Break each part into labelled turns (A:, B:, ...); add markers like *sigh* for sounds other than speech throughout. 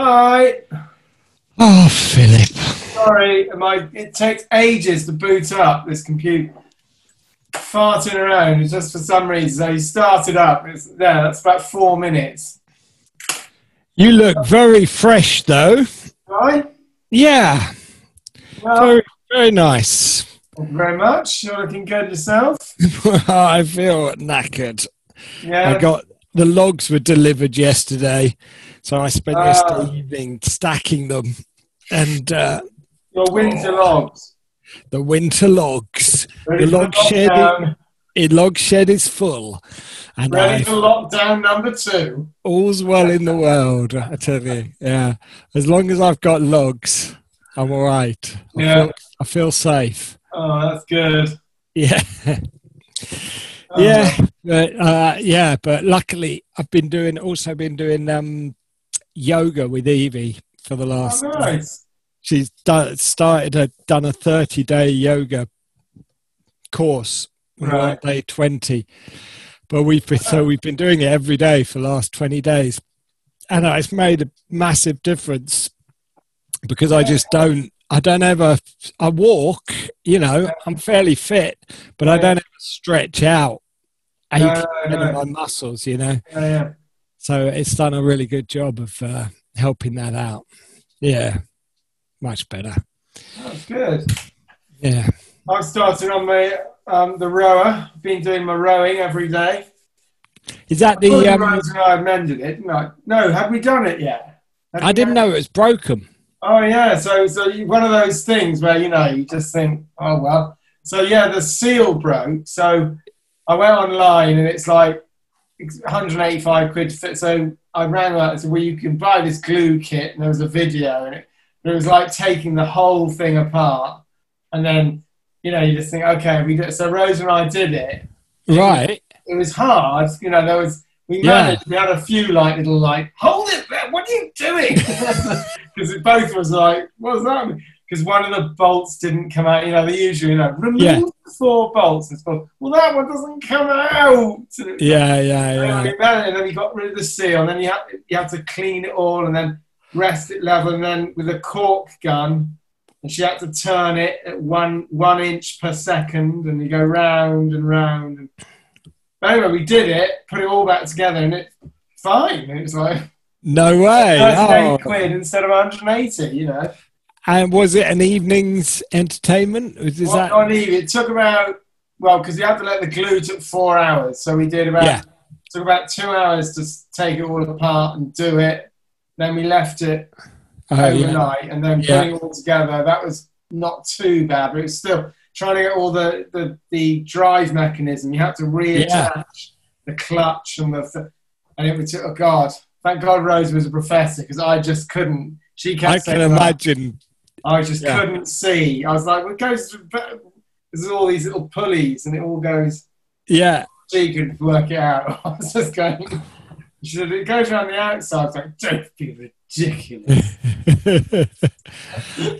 A: Hi.
B: Oh, Philip.
A: Sorry, my it takes ages to boot up this computer. Farting around it's just for some reason. So you start it up. It's, yeah, that's about four minutes.
B: You look very fresh, though.
A: Right?
B: Yeah,
A: Well,
B: very, very nice. *laughs*
A: thank you very much. You're looking good yourself.
B: I feel knackered. I
A: Yeah.
B: got the logs were delivered yesterday, so I spent
A: Ah.
B: yesterday evening stacking them and uh,
A: Your winter logs.
B: the winter logs.
A: Ready
B: The
A: for
B: log shed
A: lockdown.
B: The log shed is full, and
A: Ready for
B: I've,
A: lockdown number two.
B: all's well in the world. I tell you, yeah. As long as I've got logs, I'm all right. I
A: Yeah.
B: feel, I feel safe. *laughs*
A: Oh, that's good.
B: Yeah.
A: Oh,
B: yeah but, uh, yeah but luckily i've been doing also been doing um yoga with evie for the
A: Oh,
B: last
A: nice.
B: she's done, started a done a 30 day yoga course We're
A: Right.
B: on day 20 but we've been so we've been doing it every day for the last 20 days and it's made a massive difference because i just don't i don't ever i walk you know i'm fairly fit but i
A: Yeah.
B: don't ever stretch out eight
A: No, no,
B: of
A: no.
B: my muscles you know
A: Yeah, yeah.
B: so it's done a really good job of uh, helping that out yeah much better
A: That's good.
B: yeah
A: I've started on my um, the rower. Been doing my rowing every day.
B: Is that
A: The,
B: the? Um,
A: rows and I mended it. didn't I? No, have we done it yet? Have
B: I
A: we
B: didn't
A: done-
B: know it was broken.
A: Oh yeah, so so you- one of those things where you know you just think, oh well. So yeah, the seal broke. So I went online and it's like it's 185 quid. to fit. So I rang up and said, well, you can buy this glue kit, and there was a video, and it, and it was like taking the whole thing apart, and then you know you just think, okay, we did. So Rose and I did it,
B: Right.
A: it was hard. You know, there was we
B: Yeah.
A: managed. We had a few like little like, hold it, man, what are you doing?
B: *laughs*
A: Because both was like, what was that? Because one of the bolts didn't come out. You know, they usually you know remove
B: Yeah.
A: the four bolts. It's called, well, that one doesn't come out.
B: Yeah,
A: And
B: yeah, yeah.
A: we managed, and then we got rid of the seal, and then you had you had to clean it all, and then rest it level, and then with a cork gun. And she had to turn it at one one inch per second, and you go round and round. And... But anyway, we did it, put it all back together, and it's fine. It was like
B: No way.
A: 38
B: Oh.
A: quid instead of 180, you know.
B: And was it an evening's entertainment? Was is
A: What
B: that?
A: on Eve? It took about well, because you had to let the glue took four hours, so we did about
B: Yeah.
A: took about two hours to s- take it all apart and do it. Then we left it
B: Oh, yeah.
A: overnight, and then
B: Yeah.
A: putting it all together. That was not too bad, but it was still trying to get all the the, the drive mechanism. You had to reattach the clutch and the th- and it was oh god, thank God Rose was a professor because I just couldn't. She kept
B: I
A: saying,
B: can
A: "Well,
B: imagine.
A: I just
B: Yeah.
A: couldn't see. I was like, well, it goes through, but there's all these little pulleys and it all goes,
B: Yeah. *laughs*
A: she could work it out. *laughs* I was just going, she said, it goes around the outside. I was like, don't be ridiculous.
B: *laughs*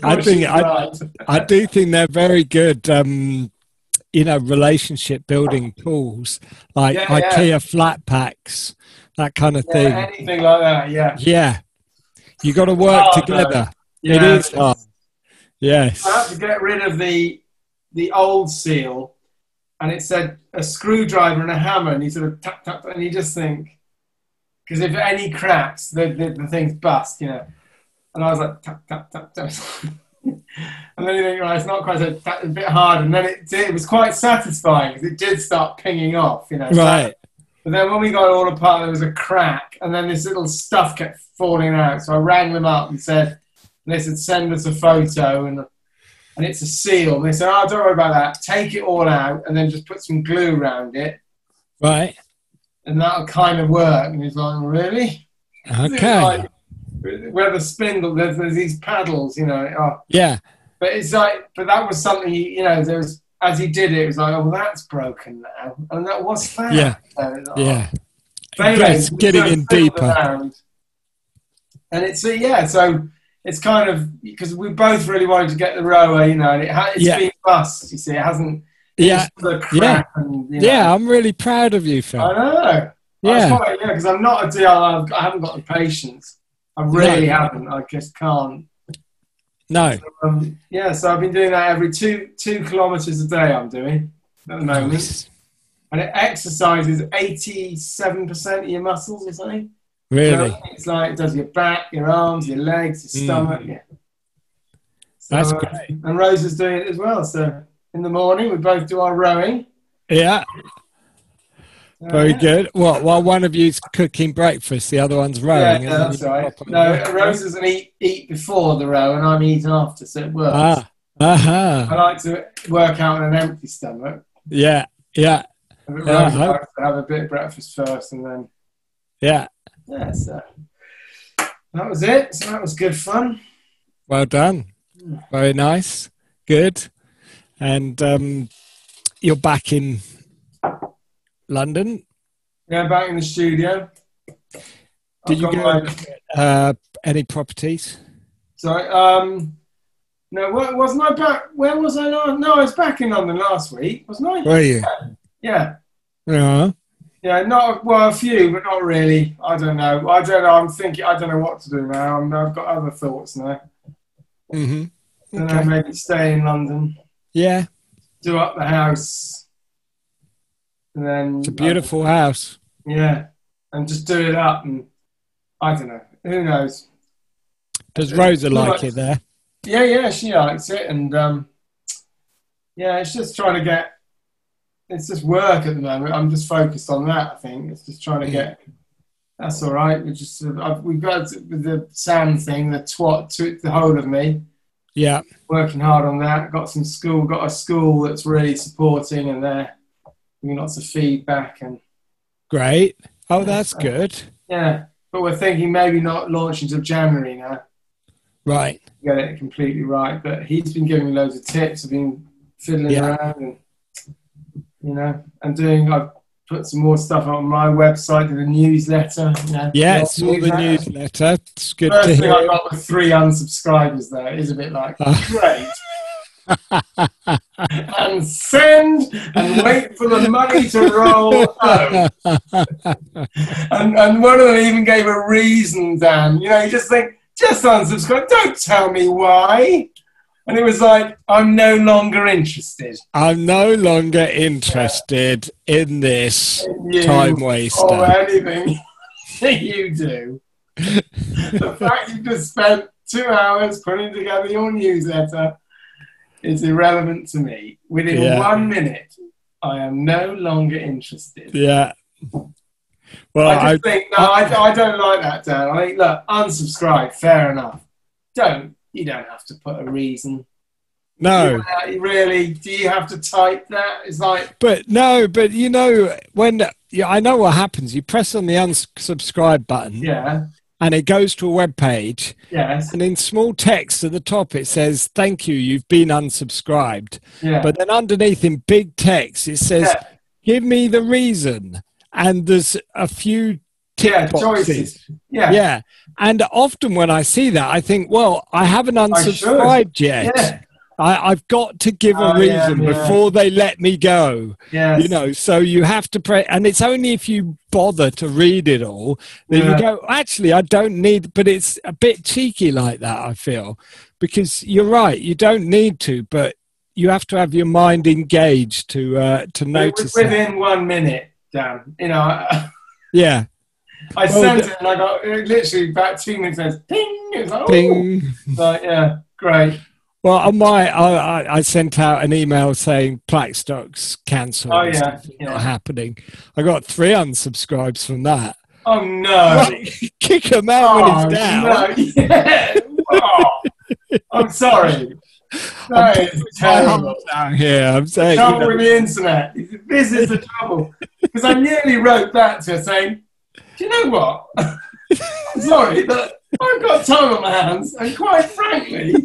B: I think
A: She's
B: I,
A: right.
B: I do think they're very good. Um, you know, relationship building tools like
A: Yeah, yeah.
B: IKEA flat packs, that kind of thing.
A: Yeah, anything like that, yeah.
B: Yeah. You got to work
A: hard, though.
B: together. It
A: yeah.
B: is oh, hard. Yes.
A: I had to get rid of the the old seal and it said a screwdriver and a hammer and you sort of tap, tap, and you just think, because if any cracks, the, the, the things bust, you know. And I was like, tap, tap, tap, tap. *laughs* and then you think, right, it's not quite so, tap, a bit hard. And then it, did, it was quite satisfying 'cause it did start pinging off, you know.
B: Right.
A: But then when we got it all apart, there was a crack, and then this little stuff kept falling out. So I rang them up and said, and they said, send us a photo, and and it's a seal. And they said, oh, don't worry about that. Take it all out, and then just put some glue around it,
B: Right.
A: and that'll kind of work. And he's like, really?
B: Okay.
A: Like, where the spindle, there's, there's these paddles, you know. Oh.
B: Yeah.
A: But it's like, but that was something, you you know, there was, as he did it, it was like, oh, well, that's broken now. And that, what's that?
B: Yeah.
A: So it's like,
B: Yeah.
A: But anyway,
B: Yes,
A: we
B: getting
A: sort of
B: in
A: fiddled
B: deeper.
A: around. And it's uh, yeah, so it's kind of because we both really wanted to get the rower, you know, and it ha- it's
B: Yeah.
A: been bust. You see, it hasn't.
B: Yeah.
A: it's the crap and, you know.
B: Yeah. I'm really proud of you,
A: I
B: Phil.
A: know.
B: Yeah.
A: Because I'm not a DIY. I've got- I haven't got the patience. I really haven't. I just can't.
B: No.
A: Um, yeah, so I've been doing that every two two kilometres a day. I'm doing at the moment, and it exercises eighty seven percent of your muscles or something.
B: Really?
A: So it's like it does your back, your arms, your legs, your
B: Mm.
A: stomach. Yeah. So,
B: That's
A: uh,
B: great.
A: and Rosa's doing it as well. So in the morning, we both do our rowing.
B: Yeah,
A: Uh,
B: very
A: yeah.
B: good. What? Well, one of you's cooking breakfast, the other one's
A: Yeah, no,
B: rowing. and then
A: that's
B: you
A: all right.
B: pop on
A: No,
B: the-
A: Rose doesn't eat, eat before the row, and I'm eating after, so it works.
B: Ah, aha.
A: I like to work out on an empty stomach.
B: Yeah, yeah,
A: If it Rose
B: Yeah, I hope-
A: likes to have a bit of breakfast first, and then
B: yeah.
A: yeah. So that was it. So that was good fun.
B: Well done. Very nice. Good. And um, you're back in London.
A: Yeah, back in the studio.
B: Did
A: I've
B: you
A: got
B: go
A: my-
B: and look at, uh, any properties?
A: Sorry. Um, no, where, wasn't I back? Where was I? la- No, I was back in London last week, wasn't I?
B: Were you? Uh-huh.
A: Yeah.
B: Yeah.
A: Yeah, not well, a few, but not really. I don't know. I don't know. I'm thinking. I don't know what to do now. I'm, I've got other thoughts now.
B: Mm-hmm.
A: I don't know,
B: Okay.
A: maybe stay in London,
B: Yeah,
A: do up the house, and then
B: it's a beautiful house.
A: yeah, and just do it up, and I don't know. Who knows?
B: Does Rosa like it there?
A: Yeah, yeah, she likes it, and um, yeah, it's just trying to get. It's just work at the moment. I'm just focused on that. I think it's just trying to get. That's all right. We just sort of, I've, we've got to- with the sand thing, the twat took the whole of me.
B: Yeah.
A: Working hard on that. Got some school. Got a school that's really supporting, and they're giving lots of feedback. And
B: Great. Oh, that's good.
A: yeah, but we're thinking maybe not launch until January now.
B: Right.
A: get it completely right. But he's been giving me loads of tips. I've been fiddling
B: Yeah.
A: around and you know, and doing. I've put some more stuff on my website, did a newsletter. You know,
B: Yeah,
A: blog
B: it's all the
A: newsletter.
B: newsletter. It's good to
A: First thing I
B: hear.
A: got was three unsubscribers. There it is a bit like
B: Ah. *laughs*
A: great. and send and wait for the money to roll out. And, and one of them even gave a reason, Dan. You know, you just think, just unsubscribe. Don't tell me why. And it was like, I'm no longer interested.
B: *laughs* I'm no longer interested in this
A: in you
B: time waster.
A: or anything *laughs* you do. the fact you just spent two hours putting together your newsletter is irrelevant to me. Within
B: Yeah.
A: one minute, I am no longer interested.
B: Yeah. Well,
A: I
B: Uh, I,
A: just think, no, I, I don't like that, Dan. I think, look, unsubscribe, fair enough. Don't, you don't have to put a reason.
B: no,
A: You- uh, really, do you have to type that? It's like,
B: but no, but you know when yeah, I know what happens. You press on the unsubscribe button,
A: yeah,
B: and it goes to a web page,
A: yes,
B: and in small text at the top it says, "Thank you, you've been unsubscribed."
A: yeah.
B: But then underneath in big text it says,
A: Yeah.
B: "Give me the reason," and there's a few tick
A: Yeah,
B: boxes.
A: choices. yeah.
B: yeah. And often when I see that, I think, well, I haven't unsubscribed yet.
A: Yeah.
B: I, I've got to give a
A: Oh, yeah,
B: reason
A: yeah.
B: before they let me go.
A: Yes.
B: You know, so you have to pray. And it's only if you bother to read it all that
A: Yeah.
B: you go, actually, I don't need, but it's a bit cheeky like that, I feel, because you're right, you don't need to, but you have to have your mind engaged to uh, to
A: It
B: notice
A: was
B: that.
A: within one minute, Dan. You know, I,
B: Yeah.
A: I
B: Well,
A: sent
B: the-
A: it and I got it literally about two minutes. Says ping. It's like, oh,
B: Ding.
A: Like, yeah, great.
B: Well, on my, I, I- I sent out an email saying Blackstock's cancelled.
A: Oh
B: and
A: yeah,
B: something Not
A: yeah.
B: happening. I got three unsubscribes from that. *laughs*
A: Oh no.
B: Kick him out
A: Oh,
B: when he's
A: no.
B: down.
A: Yeah. *laughs* Wow. I'm sorry. No,
B: *laughs* I'm
A: it's
B: My
A: terrible.
B: heart's out here. I'm saying, you
A: Trouble
B: know,
A: with the internet. This is the trouble. Because I nearly wrote back to her saying, Do you know what? *laughs* I'm sorry, but I've got time on my hands, and quite frankly,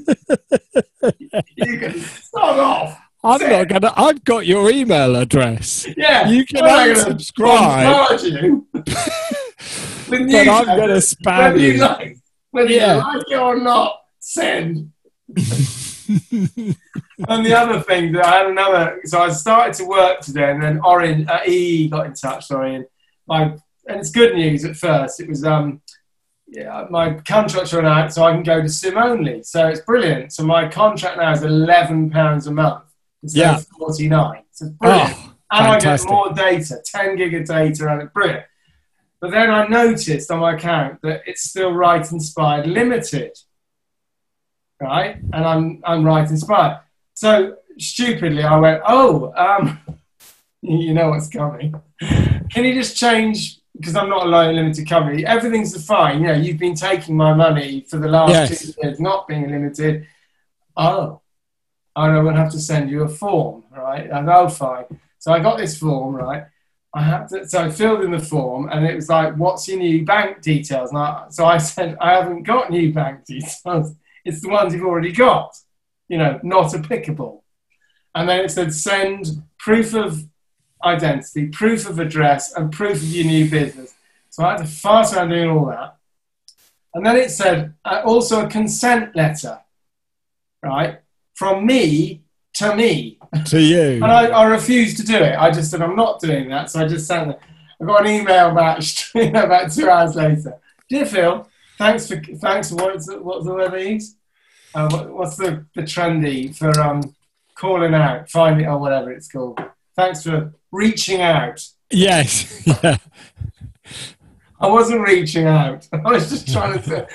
A: you can start off.
B: I'm not gonna. I've got your email address.
A: Yeah.
B: You can
A: I'm not gonna
B: unsubscribe,
A: bombard
B: *laughs*
A: you. With
B: but I'm
A: newsletters,
B: gonna
A: whether
B: spam
A: you
B: you.
A: like, whether
B: Yeah.
A: you like it or not, send.
B: *laughs*
A: and the other thing that I had another, so I started to work today, and then E Orange uh, EE got in touch. Sorry, and my and it's good news at first. It was um, yeah, my contracts run out, so I can go to sim only. So it's brilliant. So my contract now is eleven pounds a month instead
B: Yeah.
A: of forty nine. So it's brilliant.
B: Oh,
A: and I get
B: fantastic.
A: more data, ten gig of data, and it's brilliant. But then I noticed on my account that it's still Right Inspired Limited, right? And I'm I'm Right Inspired. So stupidly, I went, oh, um, *laughs* you know what's coming. Can you just change? Because I'm not a low limited company. Everything's fine. Yeah, you've been taking my money for the last
B: Yes.
A: two years, not being limited. Oh, and I would have to send you a form, right? And oh, fine. So I got this form, right? I had to, so I filled in the form, and it was like, "What's your new bank details?" And I, so I said, "I haven't got new bank details. *laughs* It's the ones you've already got. You know, not applicable." And then it said, "Send proof of identity, proof of address, and proof of your new business." So I had to fast around doing all that, and then it said uh, also a consent letter, right, from me to me.
B: to you.
A: *laughs* And I, I refused to do it. I just said, I'm not doing that. So I just sat there. I got an email back *laughs* you know, about two hours later. Dear Phil, thanks for thanks for what's the, what's the word they use? Uh, what, what's the, the trendy for um, calling out, finding, or whatever it's called? Thanks for reaching out.
B: Yes. *laughs* Yeah.
A: I wasn't reaching out. *laughs* I was just trying to,
B: *laughs*
A: say,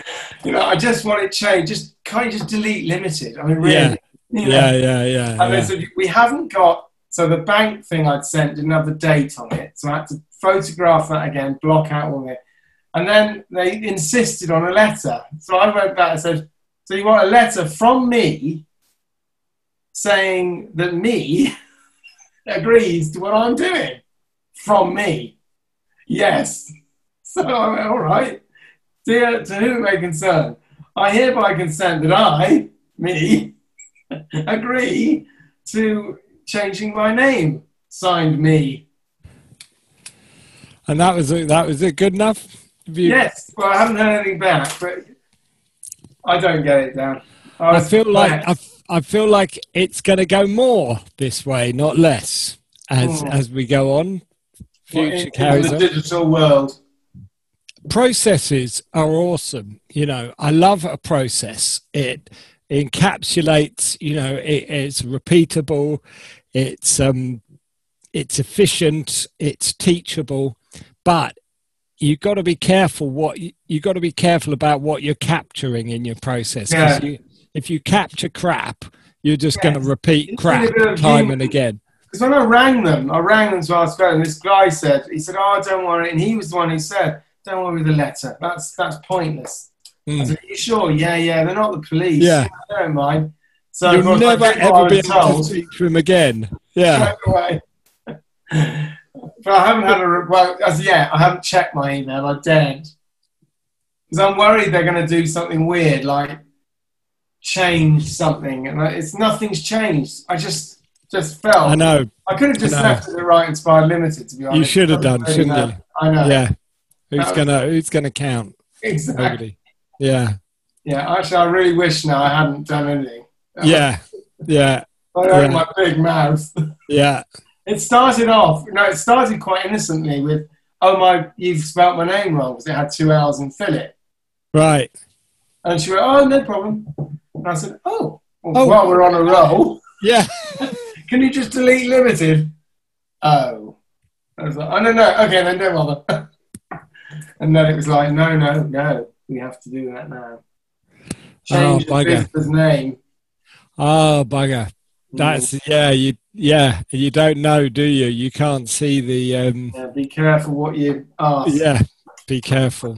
A: you know, I just want it changed. Just can't you just delete limited? I mean, really,
B: Yeah.
A: you know?
B: Yeah. Yeah. Yeah.
A: And they
B: yeah.
A: said, we haven't got, so the bank thing I'd sent didn't have the date on it. So I had to photograph that again, block out all of it. And then they insisted on a letter. So I wrote back and said, so you want a letter from me saying that me *laughs* agrees to what I'm doing from me. Yes. *laughs* So I went, all right. Dear, to whom it may concern, I hereby consent that I, me, *laughs* agree to changing my name. Signed me.
B: And that was it. That was it. Good enough. Have you-
A: Yes, well, I haven't heard anything back, but I don't get it, Dan.
B: I
A: was
B: feel like
A: perplexed.
B: I, f- I feel like it's going to go more this way, not less, as
A: Mm.
B: as we go on.
A: Well,
B: Future
A: in- in,
B: carries
A: the
B: on.
A: digital world.
B: processes are awesome you know i love a process it encapsulates you know it, it's repeatable it's um it's efficient it's teachable but you've got to be careful what you, you've got to be careful about what you're capturing in your process 'cause
A: Yeah.
B: you, if you capture crap you're just going
A: Yes.
B: to repeat
A: It's
B: crap
A: been a bit of
B: time
A: human-
B: and again
A: Because when I rang them, I rang them to ask about it, and this guy said, he said, oh, don't worry. And he was the one who said, don't worry with the letter. That's, that's pointless. I
B: Mm.
A: said, you sure? Yeah, yeah, they're not the police.
B: Yeah.
A: I don't mind. So of
B: you'll
A: course, I
B: never
A: did what I
B: ever be
A: was
B: able to
A: told.
B: speak to him again yeah
A: straight away. but I haven't had a re- well as yet. I haven't checked my email. I daren't because I'm worried they're going to do something weird, like change something, and I- it's nothing's changed. I just just felt
B: i
A: I,
B: know
A: could have just
B: I know.
A: left it at Right Inspired Limited. To be honest,
B: you should have
A: I don't
B: done
A: really
B: shouldn't
A: know.
B: you
A: I know.
B: yeah who's
A: Um,
B: gonna who's gonna count
A: Exactly.
B: nobody yeah
A: Yeah. Actually, I really wish now I hadn't done anything.
B: yeah yeah
A: I own
B: Yeah.
A: my big mouth.
B: yeah
A: It started off, no, it started quite innocently with, oh my, you've spelt my name wrong because it had two L's in Philip.
B: right
A: And she went, oh, no problem. And I said, oh, well,
B: Oh.
A: while we're on a roll,
B: yeah
A: can you just delete limited? Oh. I was like, oh, no, no, okay, then don't bother. *laughs* and then it was like, no, no, no, we have to do that now. Change the
B: Oh, bugger.
A: business name.
B: oh bugger that's yeah you yeah you don't know do you you can't see the um
A: Yeah, be careful what you ask.
B: yeah be careful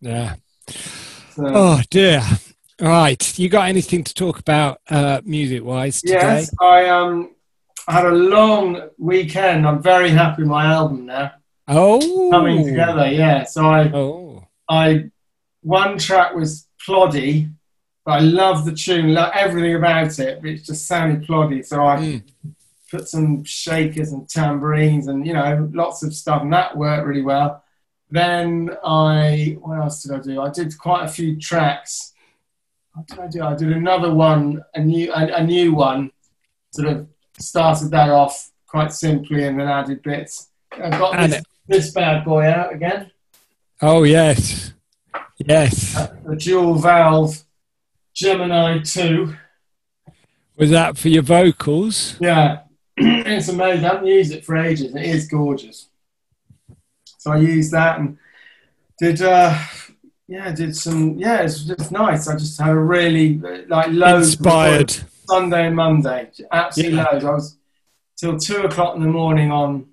B: yeah
A: So-
B: oh dear right you got anything to talk about uh music wise today
A: Yes, I um had a long weekend. I'm very happy with my album now
B: oh
A: coming together. Yeah, so I
B: oh
A: I one track was ploddy, but I love the tune, love everything about it. But it just sounded ploddy, so I
B: Mm.
A: put some shakers and tambourines and you know lots of stuff, and that worked really well. Then I what else did I do? I did quite a few tracks. What did I do? I did another one, a new a, a new one, sort of started that off quite simply and then added bits. I got
B: And
A: this, this bad boy out again.
B: oh yes Yes.
A: the dual valve Gemini 2.
B: Was that for your vocals?
A: Yeah, *clears throat* it's amazing. I haven't used it for ages. It is gorgeous. So I used that and did, uh, yeah, did some, yeah, it's just nice. I just had a really, like, loads. of
B: Inspired.
A: Sunday and Monday. Absolutely
B: Yeah.
A: loads. I was till two o'clock in the morning on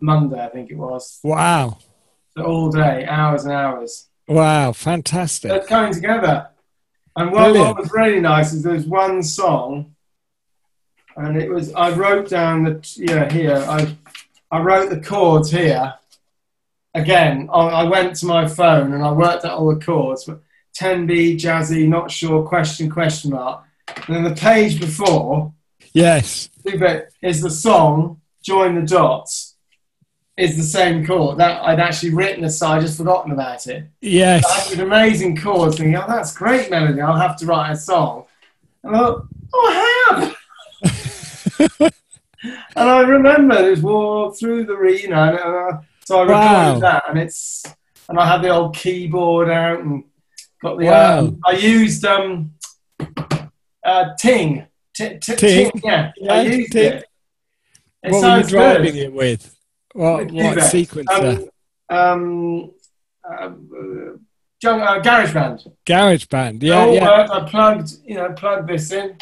A: Monday, I think it was.
B: Wow.
A: So all day, hours and hours.
B: Wow. Fantastic.
A: They're coming together. And what, what
B: Brilliant.
A: was really nice is there was one song, and it was I wrote down the yeah here I I wrote the chords here. Again, I, I went to my phone and I worked out all the chords. But 10B, jazzy, not sure, question, question mark. And then the page before,
B: Yes.
A: but is the song "Join the Dots" is the same chord that I'd actually written the song, I just forgotten about it. I
B: Yes.
A: had an amazing chord, thinking, "Oh, that's great melody. I'll have to write a song." And I thought, "Oh, I have."
B: *laughs*
A: and I remember it was "Walk Through the Re," you know, and, uh, so I
B: Wow.
A: recorded that, and it's and I had the old keyboard out and got the.
B: Wow.
A: Um, I used um, uh, Ting. T- t-
B: Ting.
A: ting. yeah. I
B: Yeah,
A: used
B: Ting.
A: it. It
B: what were you
A: sounds
B: driving
A: good.
B: it with? What,
A: Do
B: what
A: that.
B: sequencer?
A: Um, um, uh, Jung- uh, garage band.
B: Garage band. Yeah.
A: all
B: Yeah.
A: worked. I plugged, you know, plugged this in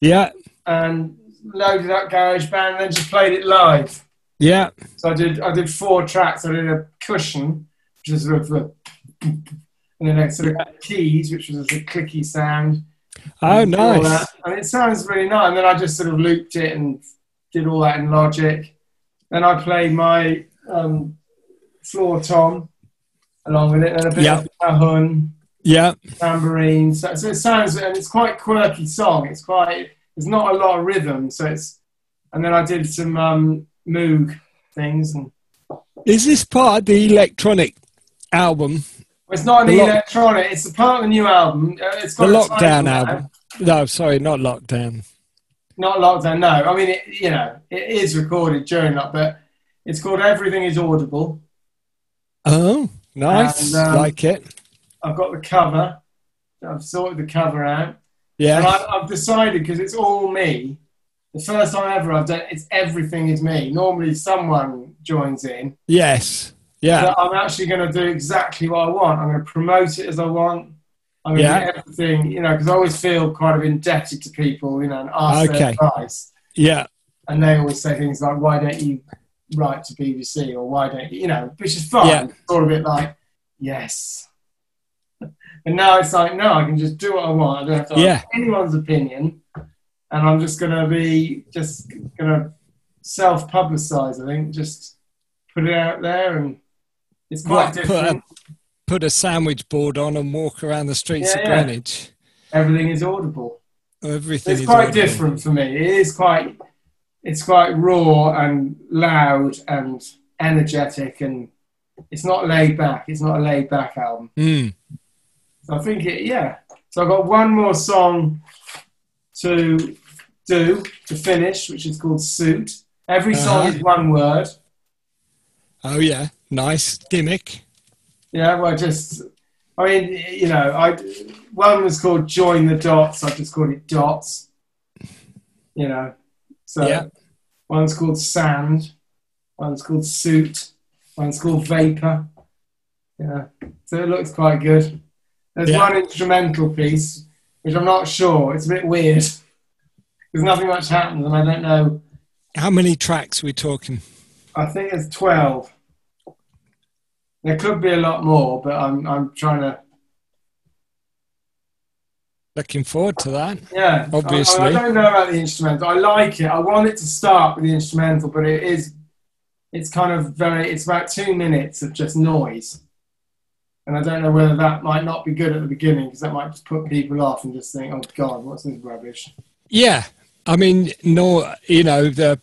B: Yeah.
A: and loaded up garage band, and then just played it live.
B: Yeah.
A: So I did I did four tracks. I did a cushion, which is sort of the, and then I sort of keys, which was a clicky sound.
B: Oh,
A: and all
B: nice.
A: that. And it sounds really nice. And then I just sort of looped it and did all that in Logic. Then I played my um, floor tom along with it, and a bit
B: Yeah.
A: of ahun,
B: Yeah.
A: tambourine. So, so it sounds and it's quite quirky song. It's quite there's not a lot of rhythm. So it's and then I did some um, moog things and.
B: Is this part of the electronic album?
A: Well, It's not an
B: The lock-
A: electronic. It's a part of the new album. Uh, It's
B: The
A: got a title
B: lockdown
A: now.
B: album? No, sorry, not lockdown.
A: Not lockdown. No, I mean, it, you know, it is recorded during that, but it's called Everything Is Audible.
B: Oh, nice.
A: And, um,
B: like it.
A: I've got the cover. I've sorted the cover out, and
B: Yeah.
A: I, I've decided because it's all me. The first time ever I've done it's everything is me. Normally someone joins in.
B: Yes. Yeah.
A: But I'm actually going to do exactly what I want. I'm going to promote it as I want. I'm going to
B: Yeah.
A: do everything, you know, because I always feel kind of indebted to people, you know, and ask their
B: Okay.
A: advice.
B: Yeah.
A: and they always say things like, "Why don't you write to BBC?" or "Why don't you?" You know, which is fine.
B: Yeah.
A: It's all a bit like, "Yes," *laughs* and now it's like, "No, I can just do what I want. I don't have to ask
B: Yeah.
A: anyone's opinion, and I'm just gonna be just gonna self-publicize. I think just put it out there, and it's quite
B: Right, put
A: different.
B: Put a sandwich board on and walk around the streets
A: Yeah,
B: of
A: yeah.
B: Greenwich.
A: Everything is audible.
B: Everything
A: It's
B: is
A: quite
B: audible.
A: different for me. It is quite, it's quite raw and loud and energetic, and it's not laid back. It's not a laid back album.
B: Mm.
A: So I think it, yeah. So I've got one more song to do to finish, which is called "Suit." Every song
B: Uh-huh.
A: is one word.
B: Oh yeah, nice gimmick.
A: Yeah, well, just I mean, you know, I one was called "Join the Dots." I just called it "Dots." You know, so
B: Yeah.
A: one's called "Sand," one's called "Suit," one's called "Vapor." Yeah, so it looks quite good. There's
B: Yeah.
A: one instrumental piece which I'm not sure. It's a bit weird. There's nothing much happens, and I don't know.
B: How many tracks we talking?
A: I think it's twelve. There could be a lot more, but I'm I'm trying to.
B: Looking forward to that.
A: Yeah, I-
B: Obviously.
A: I, I don't know about the instrumental. I like it. I want it to start with the instrumental, but it is, it's kind of very. It's about two minutes of just noise, and I don't know whether that might not be good at the beginning because that might just put people off and just think, "Oh God, what's this rubbish?"
B: Yeah, I mean, no, you know, the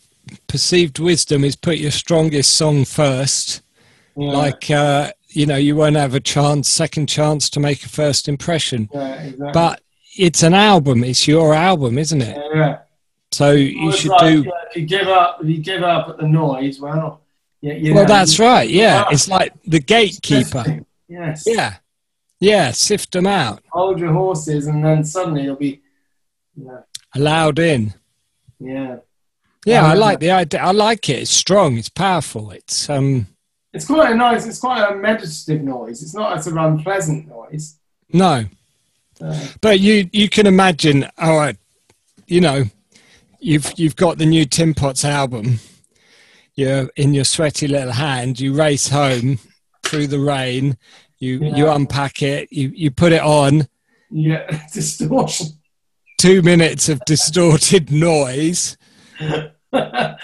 B: perceived wisdom is put your strongest song first.
A: You know?
B: Like, uh, you know, you won't have a chance, second chance to make a first impression.
A: yeah, exactly.
B: But it's an album. It's your album, isn't it?
A: yeah, yeah.
B: So
A: I
B: you
A: was
B: should
A: like,
B: do.
A: yeah, if you give up, if you give up at the noise, well, yeah, you
B: Well,
A: know,
B: that's right. Yeah,
A: Ah.
B: it's like the gatekeeper.
A: listening. Yes.
B: Yeah. Yeah. Sift them out.
A: Hold your horses, and then suddenly you'll be. Yeah.
B: Allowed in.
A: yeah.
B: Yeah, I
A: Um,
B: like the idea. I like it. It's strong. It's powerful. It's um
A: It's quite a nice. It's quite a meditative noise. It's not a sort of unpleasant noise.
B: no,
A: Uh,
B: but you you can imagine. All right, you know, you've you've got the new Tim Potts album. You're in your sweaty little hand. You race home through the rain. You you
A: Yeah.
B: unpack it. You you put it on.
A: you get *laughs* distortion.
B: Two minutes of distorted *laughs* noise. Yeah,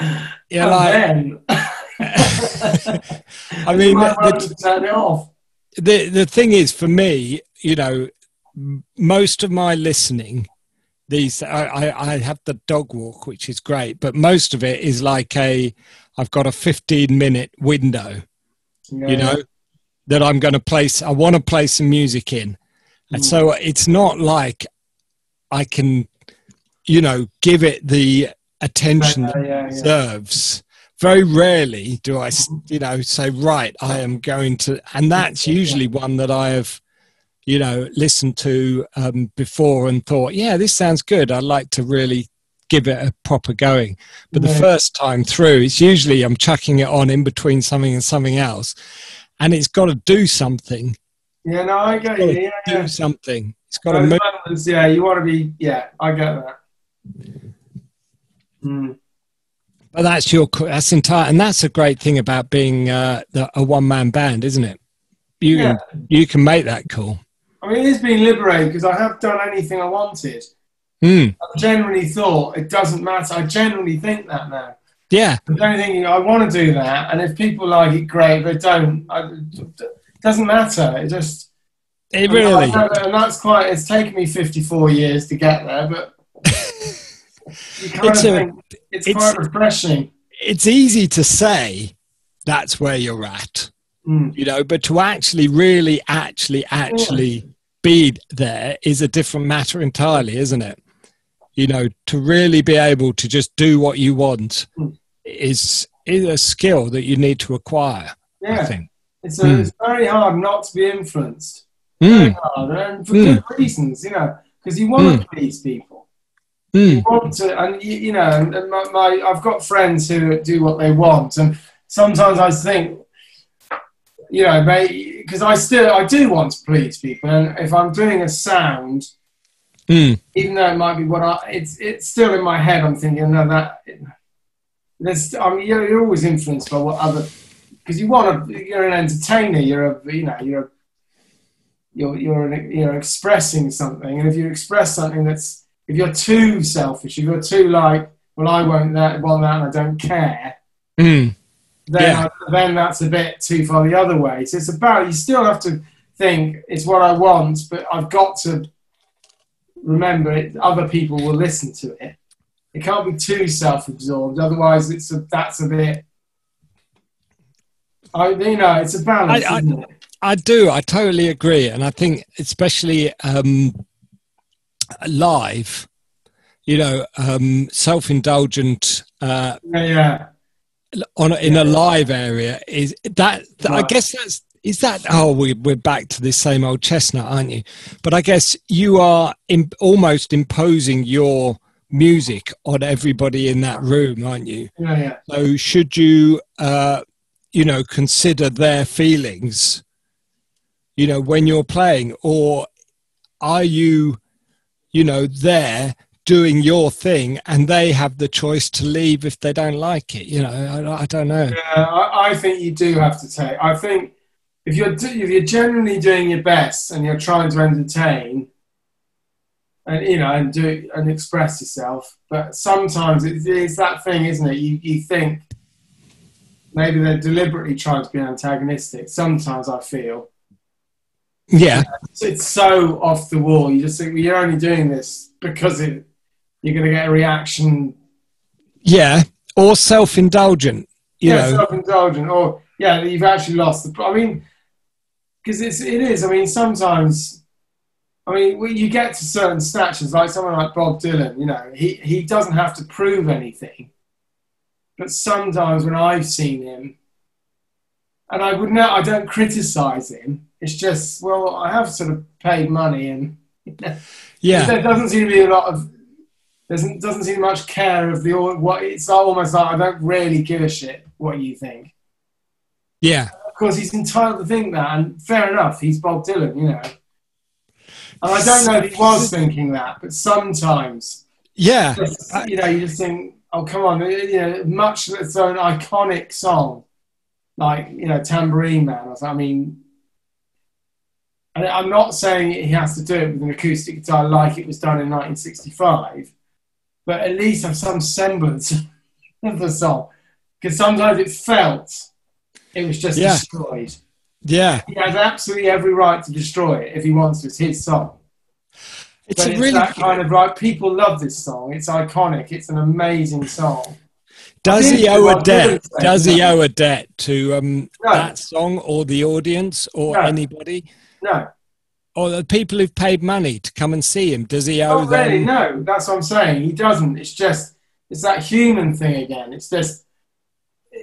A: And
B: like
A: then
B: I mean,
A: might
B: the-
A: want to turn it off.
B: the the thing is for me, you know, m- most of my listening these I, I, I have the dog walk, which is great, but most of it is like a I've got a fifteen minute window,
A: Yeah.
B: you know, that I'm going to place. I want to play some music in, and so it's not like I can, you know, give it the attention
A: Yeah,
B: that it
A: yeah, yeah.
B: deserves. Very rarely do I, s- you know, say right. I am going to, and that's usually one that I have, you know, listened to um, before and thought, yeah, this sounds good. I'd like to really give it a proper going. But the
A: Right.
B: first time through, it's usually I'm chucking it on in between something and something else, and it's got to do something.
A: Yeah, no, I get you. Yeah, yeah.
B: Do something. It's got to
A: Those
B: move.
A: moments, yeah, you want to be. Yeah, I get that. Mm.
B: But that's your co- that's entire, and that's a great thing about being uh, the, a one man band, isn't it? You can, you can make that call.
A: I mean, it's been liberating because I have done anything I wanted.
B: Mm,
A: I generally thought it doesn't matter. I generally think that now.
B: yeah,
A: I'm generally thinking I want to do that, and if people like it, great. If they don't, I, it doesn't matter. It just
B: it
A: I
B: really.
A: know that- and that's quite. It's taken me 54 years to get there,
B: *laughs*
A: but you kind
B: It's
A: of
B: a-
A: think it's,
B: it's-
A: quite refreshing.
B: It's easy to say that's where you're at,
A: Mm.
B: you know, but to actually, really, actually, actually be there is a different matter entirely, isn't it? You know, to really be able to just do what you want
A: Mm.
B: is is a skill that you need to acquire. I
A: Yeah,
B: think.
A: it's, a,
B: Mm.
A: it's very hard not to be influenced.
B: Mm,
A: Very hard, and for
B: Mm.
A: good reasons, you know, because you
B: Hmm.
A: want to please people.
B: mm,
A: want to, and you, you know, and and my, my, I've got friends who do what they want, and sometimes I think, you know, because I still I do want to please people, and if I'm doing a sound,
B: mm.
A: even though it might be what I, it's it's still in my head. I'm thinking, no, that there's, I mean, you're, you're always influenced by what other, because you want to, you're an entertainer, you're a, you know, you're a, you're you're an, you're expressing something, and if you express something that's, if you're too selfish, if you're too like, well, I won't that, want that, and I don't care,
B: Mm,
A: then
B: Yeah.
A: then that's a bit too far the other way. So it's about you still have to think it's what I want, but I've got to remember it. Other people will listen to it. It can't be too self-absorbed, otherwise it's a, that's a bit. I you know it's a balance,
B: I- I-
A: isn't it?
B: I do. I totally agree, and I think especially um, live, you know, um, self-indulgent uh,
A: Yeah, yeah.
B: on in a live area is that. that- I
A: Right.
B: guess that's is that. Oh, we, we're back to this same old chestnut, aren't you? But I guess you are im almost imposing your music on everybody in that room, aren't you?
A: yeah, yeah.
B: So should you, uh, you know, consider their feelings, you know, when you're playing, or are you, you know, there doing your thing and they have the choice to leave if they don't like it? You know, I, I don't know.
A: Yeah, I, I think you do have to take. I think if you're do, if you're generally doing your best and you're trying to entertain, and you know, and do and express yourself, but sometimes it's, it's that thing, isn't it? You you think maybe they're deliberately trying to be antagonistic. Sometimes I feel
B: Yeah,
A: it's, it's so off the wall. You just think well, you're only doing this because it, you're going to get a reaction
B: yeah, or self-indulgent. You
A: yeah,
B: know,
A: self-indulgent, or yeah, you've actually lost the. I mean, because it's it is. I mean, sometimes, I mean, when you get to certain snatches, like someone like Bob Dylan. You know, he he doesn't have to prove anything, but sometimes when I've seen him, and I would not I don't criticise him. It's just well, I have sort of paid money, and
B: Yeah.
A: there doesn't seem to be a lot of there's doesn't seem much care of the au- what it's almost like I don't really give a shit what you think.
B: Yeah.
A: Of course, he's entitled to think that, and fair enough, he's Bob Dylan, you know. And I don't know if he was thinking that, but sometimes
B: Yeah.
A: just,
B: I-
A: you know, you just think, oh, come on, you know, much that's an iconic song, like, you know, Tambourine Man. Or something. I mean, and I'm not saying he has to do it with an acoustic guitar like it was done in 1965, but at least have some semblance of the song. Because sometimes it felt it was just
B: Yeah.
A: destroyed.
B: Yeah.
A: He has absolutely every right to destroy it if he wants to. It's his song.
B: It's
A: But
B: a
A: it's
B: really
A: that kind of right. People love this song. It's iconic. It's an amazing song.
B: Does he
A: Yeah,
B: owe
A: well,
B: a
A: I
B: debt?
A: wouldn't say
B: Does he
A: no.
B: owe a debt to um,
A: No.
B: that song or the audience or
A: No.
B: anybody
A: No,
B: or Oh, the people who've paid money to come and see Oh, him? Does he owe
A: not Oh, really.
B: them?
A: No, that's what I'm saying. He doesn't. It's just it's that human thing again. It's just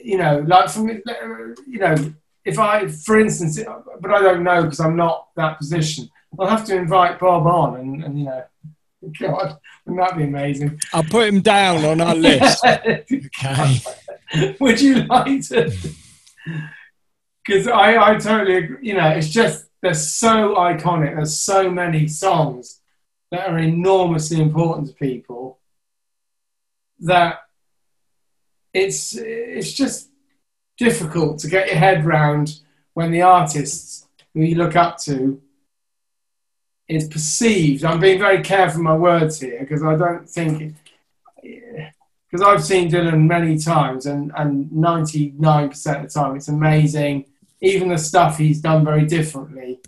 A: you know, like for me, you know, if I, for instance, but I don't know because I'm not that position. I'll have to invite Bob on, and, and you know, *laughs* God, wouldn't that be amazing?
B: I'll put him down on
A: *laughs*
B: our list. Okay.
A: Would you like to? Because I, I totally agree. You know, it's just they're so iconic. There's so many songs that are enormously important to people that it's it's just difficult to get your head round when the artists who you look up to is perceived. I'm being very careful with my words here because I don't think because I've seen Dylan many times, and and ninety nine percent of the time it's amazing. Even the stuff he's done very differently,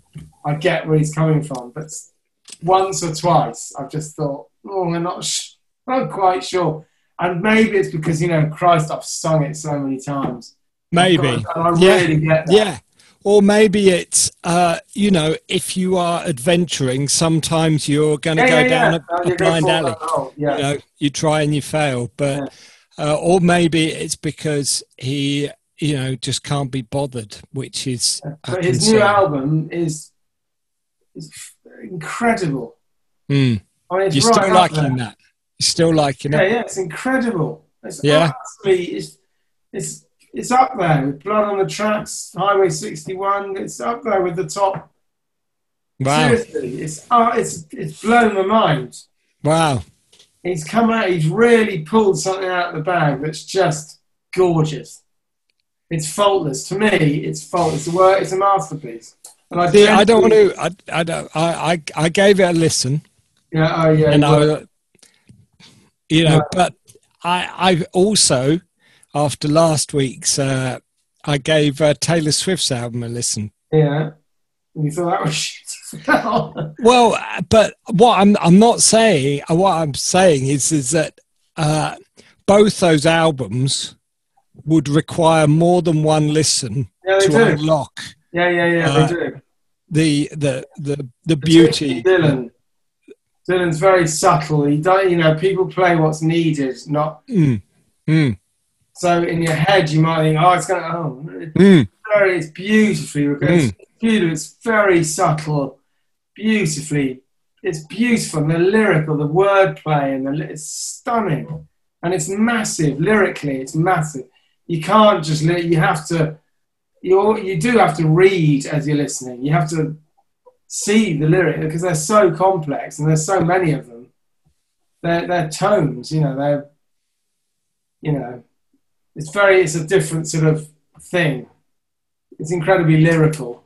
A: I get where he's coming from. But s- once or twice, I've just thought, oh, I'm not, sh- not quite sure. And maybe it's because you know, Christ, I've sung it so many times.
B: Maybe.
A: and I
B: Yeah.
A: really get that.
B: Yeah. Or maybe it's, uh, you know, if you are adventuring, sometimes you're going to go down
A: No,
B: a, a
A: you're gonna
B: blind
A: fall
B: alley.
A: down a hole, Yeah.
B: you know you try and you fail but uh, or maybe it's because he you know just can't be bothered which is a
A: But his
B: concern.
A: new album is, is incredible.
B: Mm.
A: I mean, it's
B: you're
A: right
B: still
A: up
B: liking
A: there.
B: that you're still liking
A: Yeah,
B: it
A: yeah, it's incredible. It's
B: Yeah.
A: absolutely, it's, it's, it's up there with Blood on the Tracks, Highway 61. It's up there with the top.
B: wow
A: Seriously, it's, uh, it's, it's blown my mind.
B: wow
A: He's come out, he's really pulled something out of the bag that's just gorgeous. It's faultless. To me, it's faultless. The work, it's a masterpiece. And I,
B: See, i don't want to i, I don't I, I i gave it a listen
A: Yeah, oh, yeah.
B: and
A: yeah.
B: i you know
A: No.
B: but i i also after last week's uh i gave uh, taylor swift's album a listen
A: yeah. And you thought that was *laughs* shit.
B: Well, uh, but what I'm I'm not saying uh, what I'm saying is is that uh, both those albums would require more than one listen
A: yeah, they
B: to
A: do.
B: unlock
A: Yeah, yeah, yeah,
B: Uh,
A: they do.
B: the the the, the beauty.
A: Dylan. Dylan's very subtle. He don't, you know, people play what's needed, not
B: Mm, mm,
A: so in your head. You might think, oh, it's going. to Oh, it's
B: mm.
A: very, it's beautifully. It's beautiful. It's very subtle. Beautifully, it's beautiful. And the lyrical, the wordplay, and the li- it's stunning, and it's massive lyrically. It's massive. You can't just li- you have to. You al- you do have to read as you're listening. You have to see the lyric because they're so complex and there's so many of them. They're, they're tones, you know. They're you know, it's very it's a different sort of thing. It's incredibly lyrical.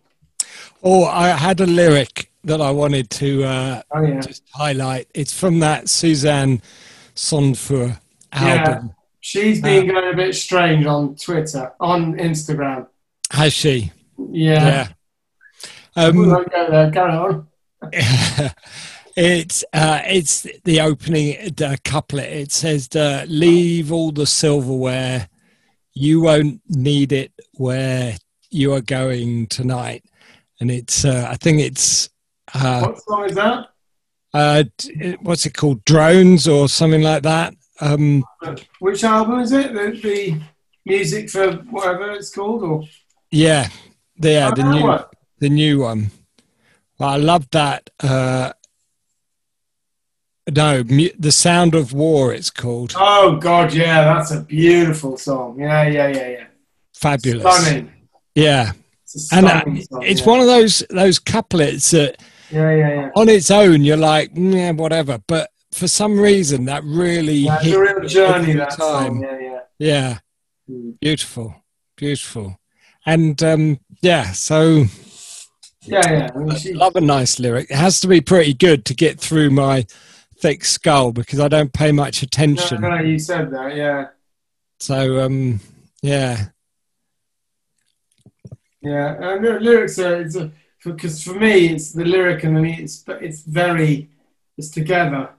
B: Or Oh, I had a lyric that I wanted to uh,
A: Oh yeah,
B: just highlight. It's from that Suzanne Sonfur album.
A: she's been going a bit strange on Twitter, on Instagram.
B: Has she?
A: Yeah,
B: Yeah. Um,
A: Ooh,
B: *laughs*
A: don't go there. Carry on.
B: it's uh, it's the opening uh, couplet. It says, uh, "Leave all the silverware. You won't need it where you are going tonight." And it's uh, I think it's uh,
A: What song is that?
B: uh, d- what's it called? Drones or something like that. Um,
A: Which album is it? The, the music for whatever it's called, or
B: Yeah, the, yeah,
A: Oh,
B: the
A: that
B: new
A: one.
B: the new one. Well, I love that. Uh, no, mu- the Sound of War. It's called
A: Oh God, yeah, that's a beautiful song. Yeah, yeah, yeah, yeah.
B: fabulous.
A: Stunning.
B: Yeah,
A: It's a
B: and
A: stunning
B: uh,
A: song,
B: it's
A: yeah.
B: one of those those couplets that
A: Yeah, yeah, yeah.
B: on its own you're like "Mm, yeah, whatever, but for some reason that really
A: yeah it's
B: hit
A: a real
B: me
A: journey
B: every
A: that song. Yeah, yeah.
B: Yeah,
A: Mm.
B: beautiful, beautiful, and um, yeah. So
A: Yeah, yeah. I mean,
B: I
A: she,
B: love a nice lyric. It has to be pretty good to get through my thick skull because I don't pay much
A: no,
B: attention.
A: no, you said that. Yeah,
B: So um, yeah,
A: yeah. And the lyrics are it's a, because for me it's the lyric and the mu- it's it's very it's together. That's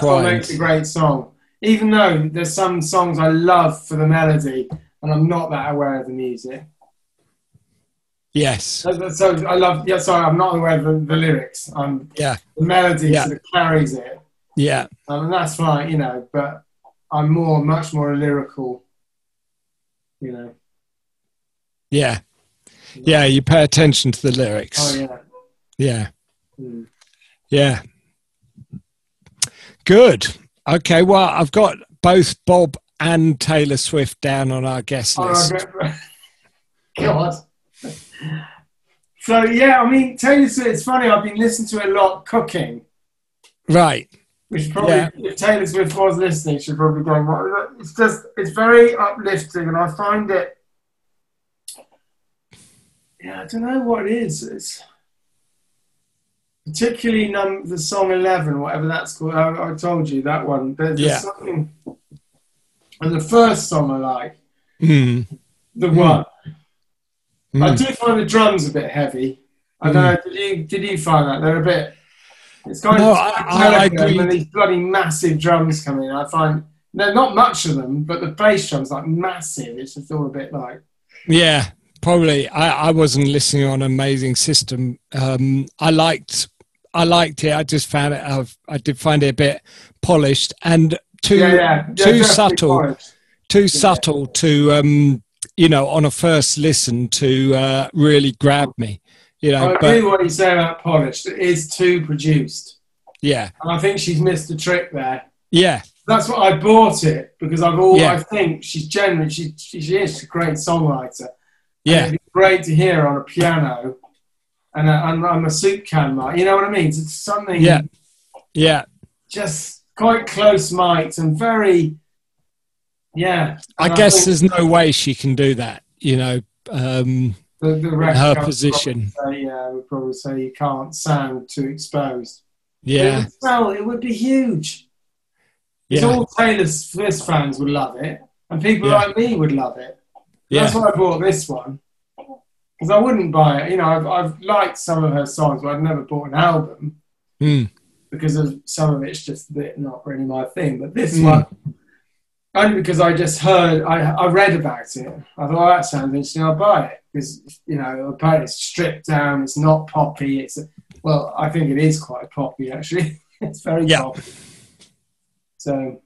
A: what makes a
B: intertwined.
A: great song. Even though there's some songs I love for the melody, and I'm not that aware of the music.
B: Yes,
A: So, so I love. Yeah, sorry, I'm not aware of the, the lyrics. I'm
B: Yeah.
A: the melody
B: Yeah.
A: sort of carries it,
B: yeah,
A: um, and that's fine, you know. But I'm more, much more lyrical, you know.
B: yeah, yeah. You pay attention to the lyrics.
A: Oh yeah.
B: Yeah,
A: Mm.
B: yeah. Good. Okay. Well, I've got both Bob and Taylor Swift down on our guest
A: Oh,
B: list.
A: I get- *laughs* God. So yeah, I mean, Taylor Swift. It's funny. I've been listening to her a lot cooking,
B: Right.
A: which probably
B: Yeah.
A: if Taylor Swift was listening, she'd probably go. What? is that?" It's just it's very uplifting, and I find it. Yeah, I don't know what it is. It's particularly num the song eleven, whatever that's called. I, I told you that one. There- There's
B: Yeah.
A: something. And the first song I like,
B: Hmm.
A: the
B: Mm.
A: one. I
B: Mm.
A: do find the drums a bit heavy. I don't know. Did you did you find that they're a bit? It's kind
B: Hmm. No,
A: of
B: I- I
A: Metallica and
B: agree.
A: these bloody massive drums come in. I find no, not much of them, but the bass drums like massive. It's just all a bit like
B: Yeah, probably. I, I wasn't listening on Amazing System. Um, I liked, I liked it. I just found it. I've, I did find it a bit polished and too,
A: yeah, yeah, yeah,
B: too
A: definitely
B: subtle,
A: polished.
B: too subtle to, um, you know, on a first listen to uh, really grab me. You know,
A: I
B: but
A: agree what you say about polished. It is too produced,
B: yeah,
A: and I think she's missed a trick there.
B: yeah,
A: That's why I bought it because I've all
B: Yeah.
A: I think she's genuine. She, she she is a great songwriter.
B: yeah,
A: It'd be great to hear on a piano and a, and, and a soup can mic. You know what I mean? It's something
B: Yeah. yeah.
A: just quite close mics and very, yeah.
B: I
A: And
B: guess
A: think
B: there's no way she can do that. You know, um,
A: the, the
B: in
A: record
B: her
A: company
B: position.
A: Would say, yeah, would probably say you can't sound too exposed.
B: Yeah,
A: It would sell, it would be huge. It's
B: yeah,
A: all Taylor Swift fans would love it, and people
B: Yeah.
A: like me would love it. That's
B: yeah,
A: why I bought this one. Because I wouldn't buy it. You know, I've, I've liked some of her songs, but I've never bought an album.
B: Mm.
A: because of some of it's just that not really my thing. But this
B: Mm.
A: one, only because I just heard, I, I read about it. I thought, oh, that sounds interesting. I'll buy it because you know, apparently it's stripped down. It's not poppy. It's well, I think it is quite poppy actually. *laughs* it's very
B: Yeah.
A: poppy. So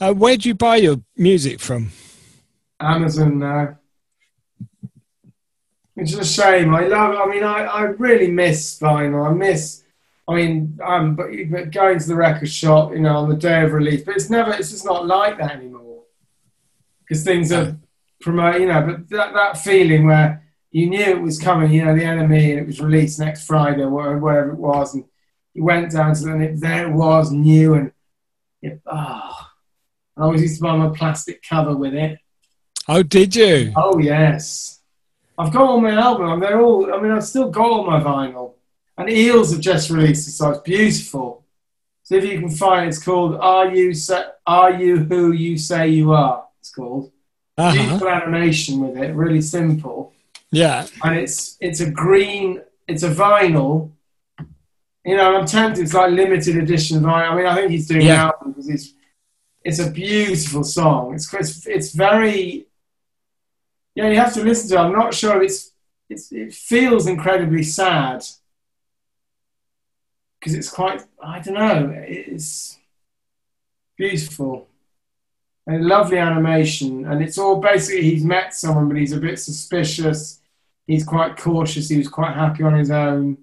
B: Uh, where do you buy your music from?
A: Amazon now. It's just a shame. I love. I mean, I, I really miss vinyl. I miss. I mean, um, but, but going to the record shop, you know, on the day of release. But it's never. It's just not like that anymore. Because things are promote. You know, but that that feeling where you knew it was coming. You know, the enemy, and it was released next Friday, wha- whatever it was, and you went down to them. It, there it was, new, and it, ah. I always used to buy my plastic cover with it.
B: Oh, did you?
A: Oh yes, I've got all my album. They're all. I mean, I've still got all my vinyl. And Eels have just released it, so it's beautiful. So if you can find, it, it's called "Are You Sa- Are You Who You Say You Are." It's called
B: Uh-huh.
A: beautiful animation with it, really simple,
B: Yeah,
A: and it's it's a green. It's a vinyl. You know, I'm tempted. It's like limited edition vinyl. I mean, I think he's doing
B: Yeah.
A: an album because it's it's a beautiful song. It's it's, it's very yeah, you have to listen to. it. I'm not sure it's, it's it feels incredibly sad because it's quite. I don't know. It's beautiful. and lovely animation. And it's all basically he's met someone, but he's a bit suspicious. He's quite cautious. He was quite happy on his own.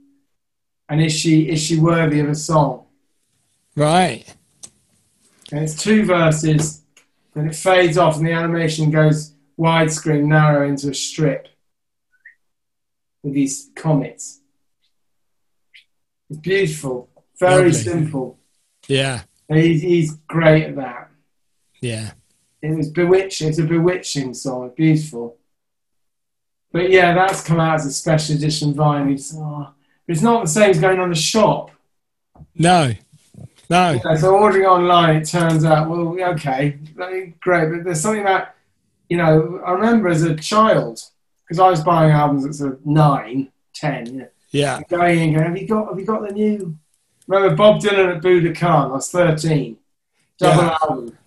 A: And is she is she worthy of a song?
B: Right.
A: And it's two verses, and it fades off, and the animation goes widescreen, narrow into a strip with these comets. It's beautiful, very
B: Lovely.
A: simple.
B: Yeah.
A: And He's, he's great at that.
B: Yeah.
A: It was bewitching. It's a bewitching song. Beautiful. But yeah, that's come out as a special edition vinyl. It's, oh, but it's not the same as going on the shop.
B: No. No.
A: Yeah, so ordering online, it turns out, well, okay, that'd be great. But there's something that, you know, I remember as a child, because I was buying albums at sort of nine, ten, you know,
B: Yeah.
A: going in, going, have you got, have you got the new? Remember Bob Dylan at Budokan? I was thirteen, double
B: Yeah.
A: album,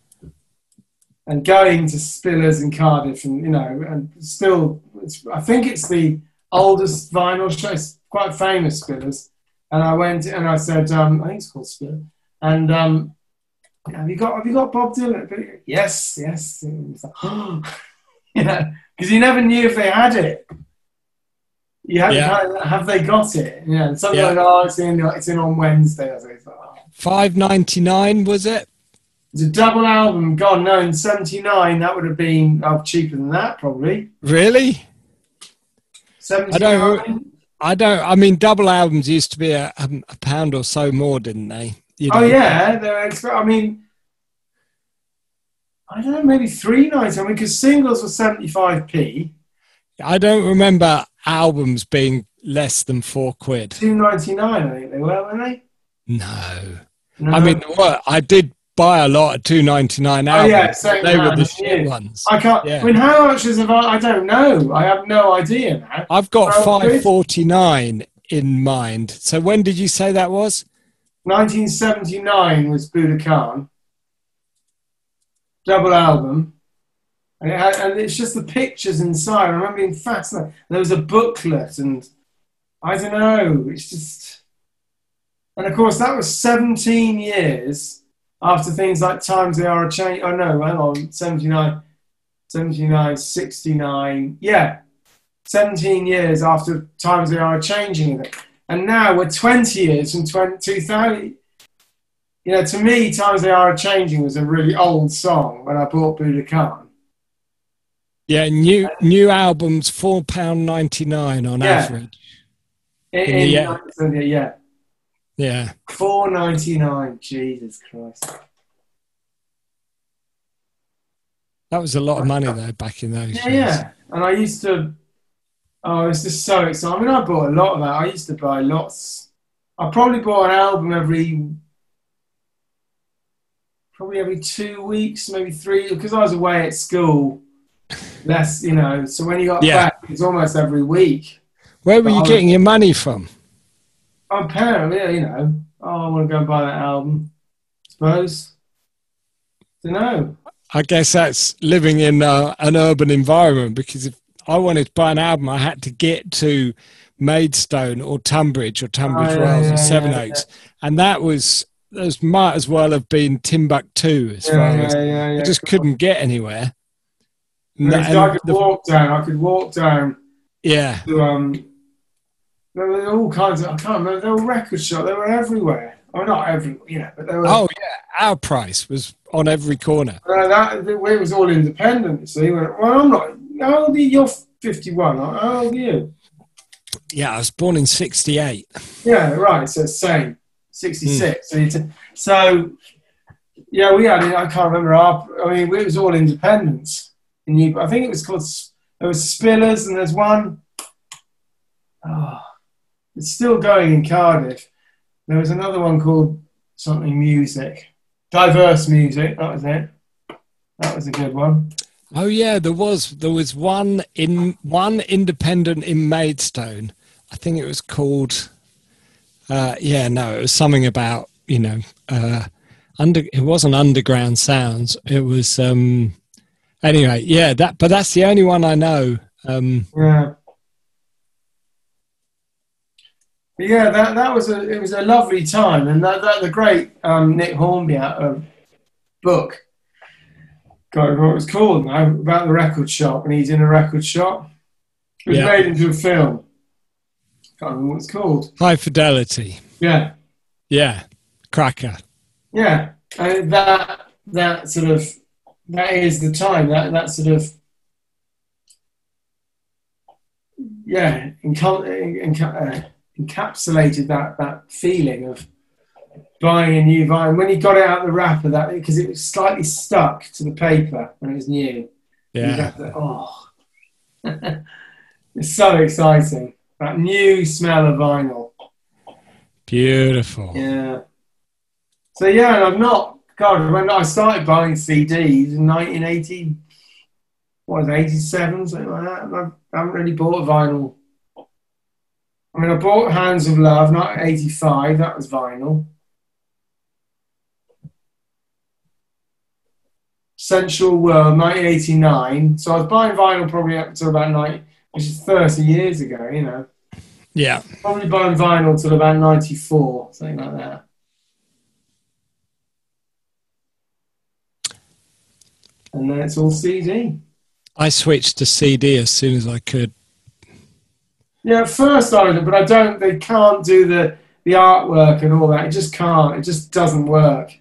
A: and going to Spillers in Cardiff, and you know, and still, it's, I think it's the oldest vinyl show. It's quite famous Spillers, and I went and I said, um, I think it's called Spillers, and. Um, have you got Have you got Bob Dylan? at Budokan?" Yes, yes. *laughs* And it's like, you know, because you never knew if they had it. You haven't
B: Yeah.
A: had, have they got it? Yeah, and something
B: Yeah.
A: like, oh, it's in, it's in on Wednesday. I was like, oh.
B: Five ninety nine was it?
A: It's a double album. God, no, in 79, that would have been oh, cheaper than that, probably.
B: Really?
A: 79?
B: I don't. I mean, double albums used to be a, um, a pound or so more, didn't they? You
A: Oh,
B: know?
A: yeah. They're exp- I mean, I don't know, maybe three nights. I mean, because singles were 75p,
B: I don't remember albums being less than four quid.
A: 299, I think they were, weren't they?
B: No.
A: No.
B: I mean, what I did buy a lot of two ninety nine
A: Uh-huh. Oh,
B: albums.
A: yeah, same
B: they were
A: man,
B: the shit
A: yeah.
B: ones.
A: I can't.
B: Yeah.
A: I mean, how much is it? I don't know. I have no idea now.
B: I've got
A: Oh, really?
B: five forty nine in mind. So when did you say that was?
A: 1979 was Budokan, double album, and, it had, and it's just the pictures inside. I remember being fascinated. There was a booklet, and I don't know. It's just, and of course that was 17 years after things like Times They Are a Change. Oh no, hang on, 79, 79, 69, yeah, 17 years after Times They Are a Changing. And now we're 20 years from 20, 2000. You know, to me, Times They Are a Changing was a really old song when I bought Budokan.
B: Yeah, new new albums four pound ninety nine on
A: Yeah.
B: average.
A: In,
B: In the
A: in
B: year.
A: 1970, yeah.
B: Yeah,
A: 499. Jesus Christ.
B: that was a lot of money though back in those
A: Yeah,
B: days.
A: yeah. And I used to, oh, it's just so exciting. I mean, I bought a lot of that. I used to buy lots. I probably bought an album every, probably every two weeks, maybe three, because I was away at school. Less, you know. So when you got
B: Yeah.
A: back, it's almost every week.
B: Where were
A: But I
B: you
A: was-
B: getting your money from?
A: Oh, apparently, yeah, you know. Oh, I want to go and buy that album. Suppose. Don't know.
B: I guess that's living in uh, an urban environment because if I wanted to buy an album, I had to get to Maidstone or Tunbridge or Tunbridge
A: Oh, yeah,
B: Wells
A: yeah,
B: or Seven
A: yeah,
B: Oaks, and that was those might as well have been Timbuktu as far
A: Yeah,
B: as
A: yeah, yeah, yeah.
B: I just couldn't get anywhere.
A: And
B: No,
A: it's-
B: and
A: I could
B: the-
A: walk down. I could walk down
B: yeah,
A: to um, there were all kinds of I can't remember. There were record shops. They were everywhere. Well, not every, you know, but they were.
B: oh yeah, our price was on every corner.
A: Uh, that it was all independent. So you went. Well, I'm not. How old are you? You're 51. How old are you?
B: Yeah, I was born in '68.
A: Yeah, right. So same. 66. So, you t- so yeah, we had. it. I can't remember. Our, I mean, it was all independents. And you, I think it was called. S- There was Spillers, and there's one. Oh, it's still going in Cardiff. There was another one called something music, diverse music. That was it. That was a good one.
B: Oh yeah, there was there was one in one independent in Maidstone. I think it was called. Uh, yeah, no, it was something about you know uh, under. It wasn't underground sounds. It was um, anyway. Yeah, that. But that's the only one I know. Um,
A: Yeah. But yeah, that that was a it was a lovely uh, time, and that, that the great um, Nick Hornby out of book God, what it was called now about the record shop, and he's in a record shop. It was
B: Yeah.
A: made into a film. Can't remember what it's called.
B: High Fidelity.
A: Yeah,
B: Yeah. Cracker.
A: yeah. And that that sort of that is the time that that sort of yeah encom- enca- uh, encapsulated that that feeling of buying a new vinyl. When he got it out of the wrapper, that because it was slightly stuck to the paper when it was new. You'd
B: Yeah.
A: have to- oh. *laughs* it's so exciting. That new smell of vinyl.
B: Beautiful.
A: Yeah. So, yeah, and I've not, God, when I started buying CDs in 1980, what was it, 87, something like that, and I haven't really bought a vinyl. I mean, I bought Hands of Love, not 85, that was vinyl. Sensual World, 1989. So I was buying vinyl probably up to about 90, which is 30 years ago, you know.
B: Yeah.
A: Probably buying vinyl till about 94, something like that. And then it's all CD.
B: I switched to CD as soon as I could.
A: Yeah, at first I would, but I don't, they can't do the, the artwork and all that. It just can't, it just doesn't work.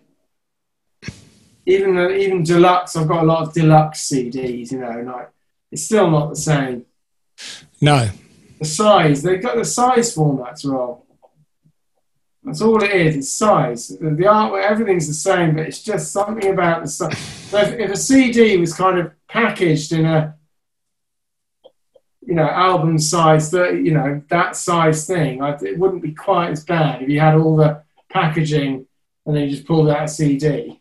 A: Even the- even deluxe, I've got a lot of deluxe CDs, you know, and I, it's still not the same.
B: No.
A: The size, they've got the size formats wrong. That's all it is, it's size. The, the artwork, everything's the same, but it's just something about the size. So if, if a CD was kind of packaged in a, you know, album size, that you know, that size thing, I, it wouldn't be quite as bad if you had all the packaging and then you just pulled out a CD.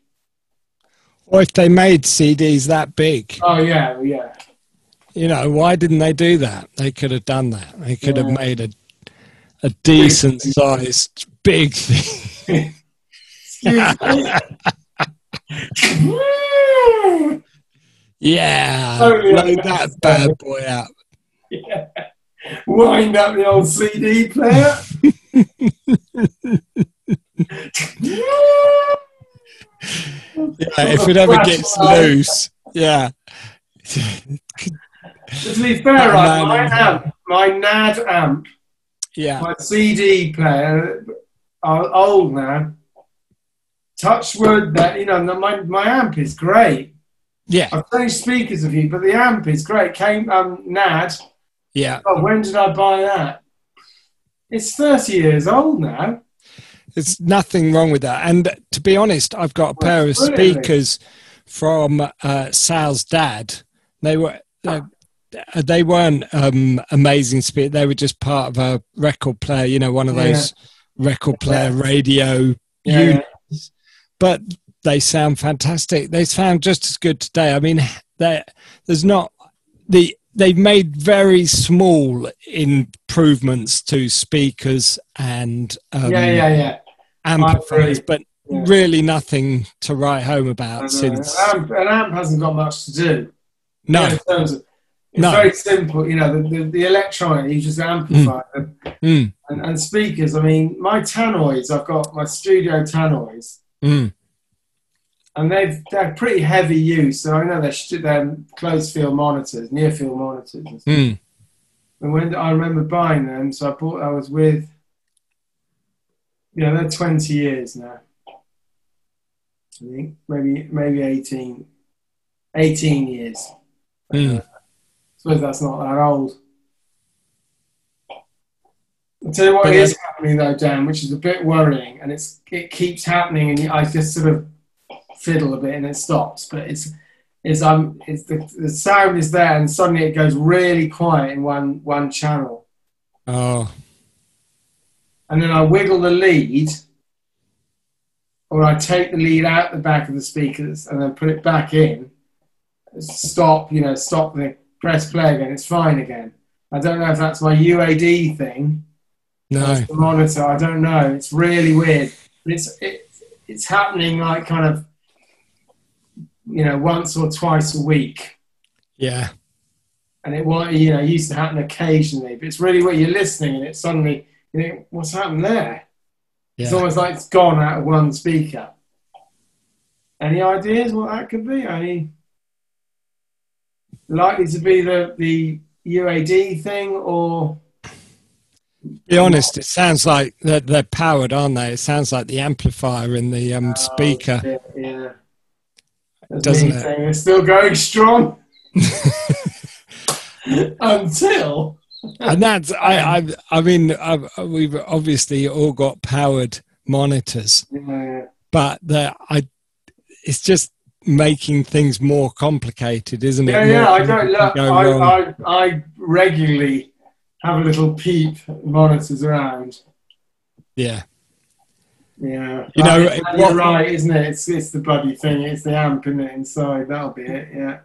B: Or if they made CDs that big,
A: Oh, yeah, well, yeah.
B: you know, why didn't they do that? They could have done that. They could have
A: Yeah.
B: made a a decent sized big thing. *laughs*
A: Excuse me.
B: Yeah.
A: Totally
B: load that
A: unnecessary.
B: bad boy up.
A: wind up the old CD player.
B: Yeah, if it ever gets loose. Yeah. *laughs*
A: to be fair, right, my amp, my NAD amp,
B: Yeah.
A: my CD player, are old now. Touch wood that you know my, my amp is great.
B: Yeah.
A: I've changed speakers a few, but the amp is great. Came um, NAD.
B: Yeah.
A: Oh, when did I buy that? It's thirty years old now.
B: There's nothing wrong with that. And to be honest, I've got a pair of
A: Absolutely.
B: speakers from uh, Sal's dad. They were they,
A: Ah.
B: they weren't um, amazing speakers. They were just part of a record player. You know, one of those record player radio.
A: Yeah,
B: units.
A: yeah.
B: But they sound fantastic. They sound just as good today. I mean, there- there's not the they've made very small improvements to speakers and um,
A: yeah, yeah, yeah.
B: amplifiers,
A: agree.
B: but
A: Yeah. Uh,
B: really nothing to write home
A: I
B: about
A: know.
B: Uh, since
A: An amp, an amp hasn't got much to do.
B: no,
A: In terms of, it's
B: No.
A: very simple. You know, the, the, the electronic, you just amplify them.
B: Mm,
A: And, and speakers, I mean, my tannoys, I've got my studio tannoys,
B: mm.
A: and they've, they're pretty heavy use. So I know they're, stu- they're closed field monitors, near field monitors. And, stuff.
B: Mm.
A: and when I remember buying them, so I bought, I was with, you know, they're 20 years now. I think maybe maybe 18, 18 years.
B: Mm.
A: suppose that's not that old. I'll tell you what
B: But
A: is happening though, Dan, which is a bit worrying, and it's it keeps happening, and I just sort of fiddle a bit, and it stops. But it's it's um it's the, the sound is there, and suddenly it goes really quiet in one one channel,
B: Oh,
A: and then I wiggle the lead, or I take the lead out the back of the speakers and then put it back in. Stop, you know, stop the press play again. It's fine again. I don't know if that's my UAD thing,
B: no.
A: that's the monitor. I don't know. It's really weird. But it's it, it's happening like kind of, you know, once or twice a week.
B: Yeah.
A: And it wa- you know used to happen occasionally, but it's really weird. You're listening and it suddenly you think, what's happened there? It's
B: Yeah.
A: almost like it's gone out of one speaker. Any ideas what that could be? Any likely to be the, the UAD thing or
B: be honest, it sounds like they're, they're powered, aren't they? It sounds like the amplifier in the
A: Uh,
B: um, speaker.
A: yeah, Oh, yeah. That's
B: Doesn't
A: me
B: it?
A: saying They're still going
B: *laughs*
A: strong until
B: and that's I I, I mean I've, we've obviously all got powered monitors,
A: yeah,
B: but the, I it's just making things more complicated, isn't it?
A: yeah,
B: More
A: yeah. I
B: things
A: don't
B: can
A: look.
B: go wrong.
A: I, I I regularly have a little peep at monitors around.
B: yeah,
A: Yeah,
B: You know,
A: But
B: it-
A: you're
B: what-
A: right, isn't it? It's it's the bloody thing. It's the amp in it inside. That'll be it. Yeah.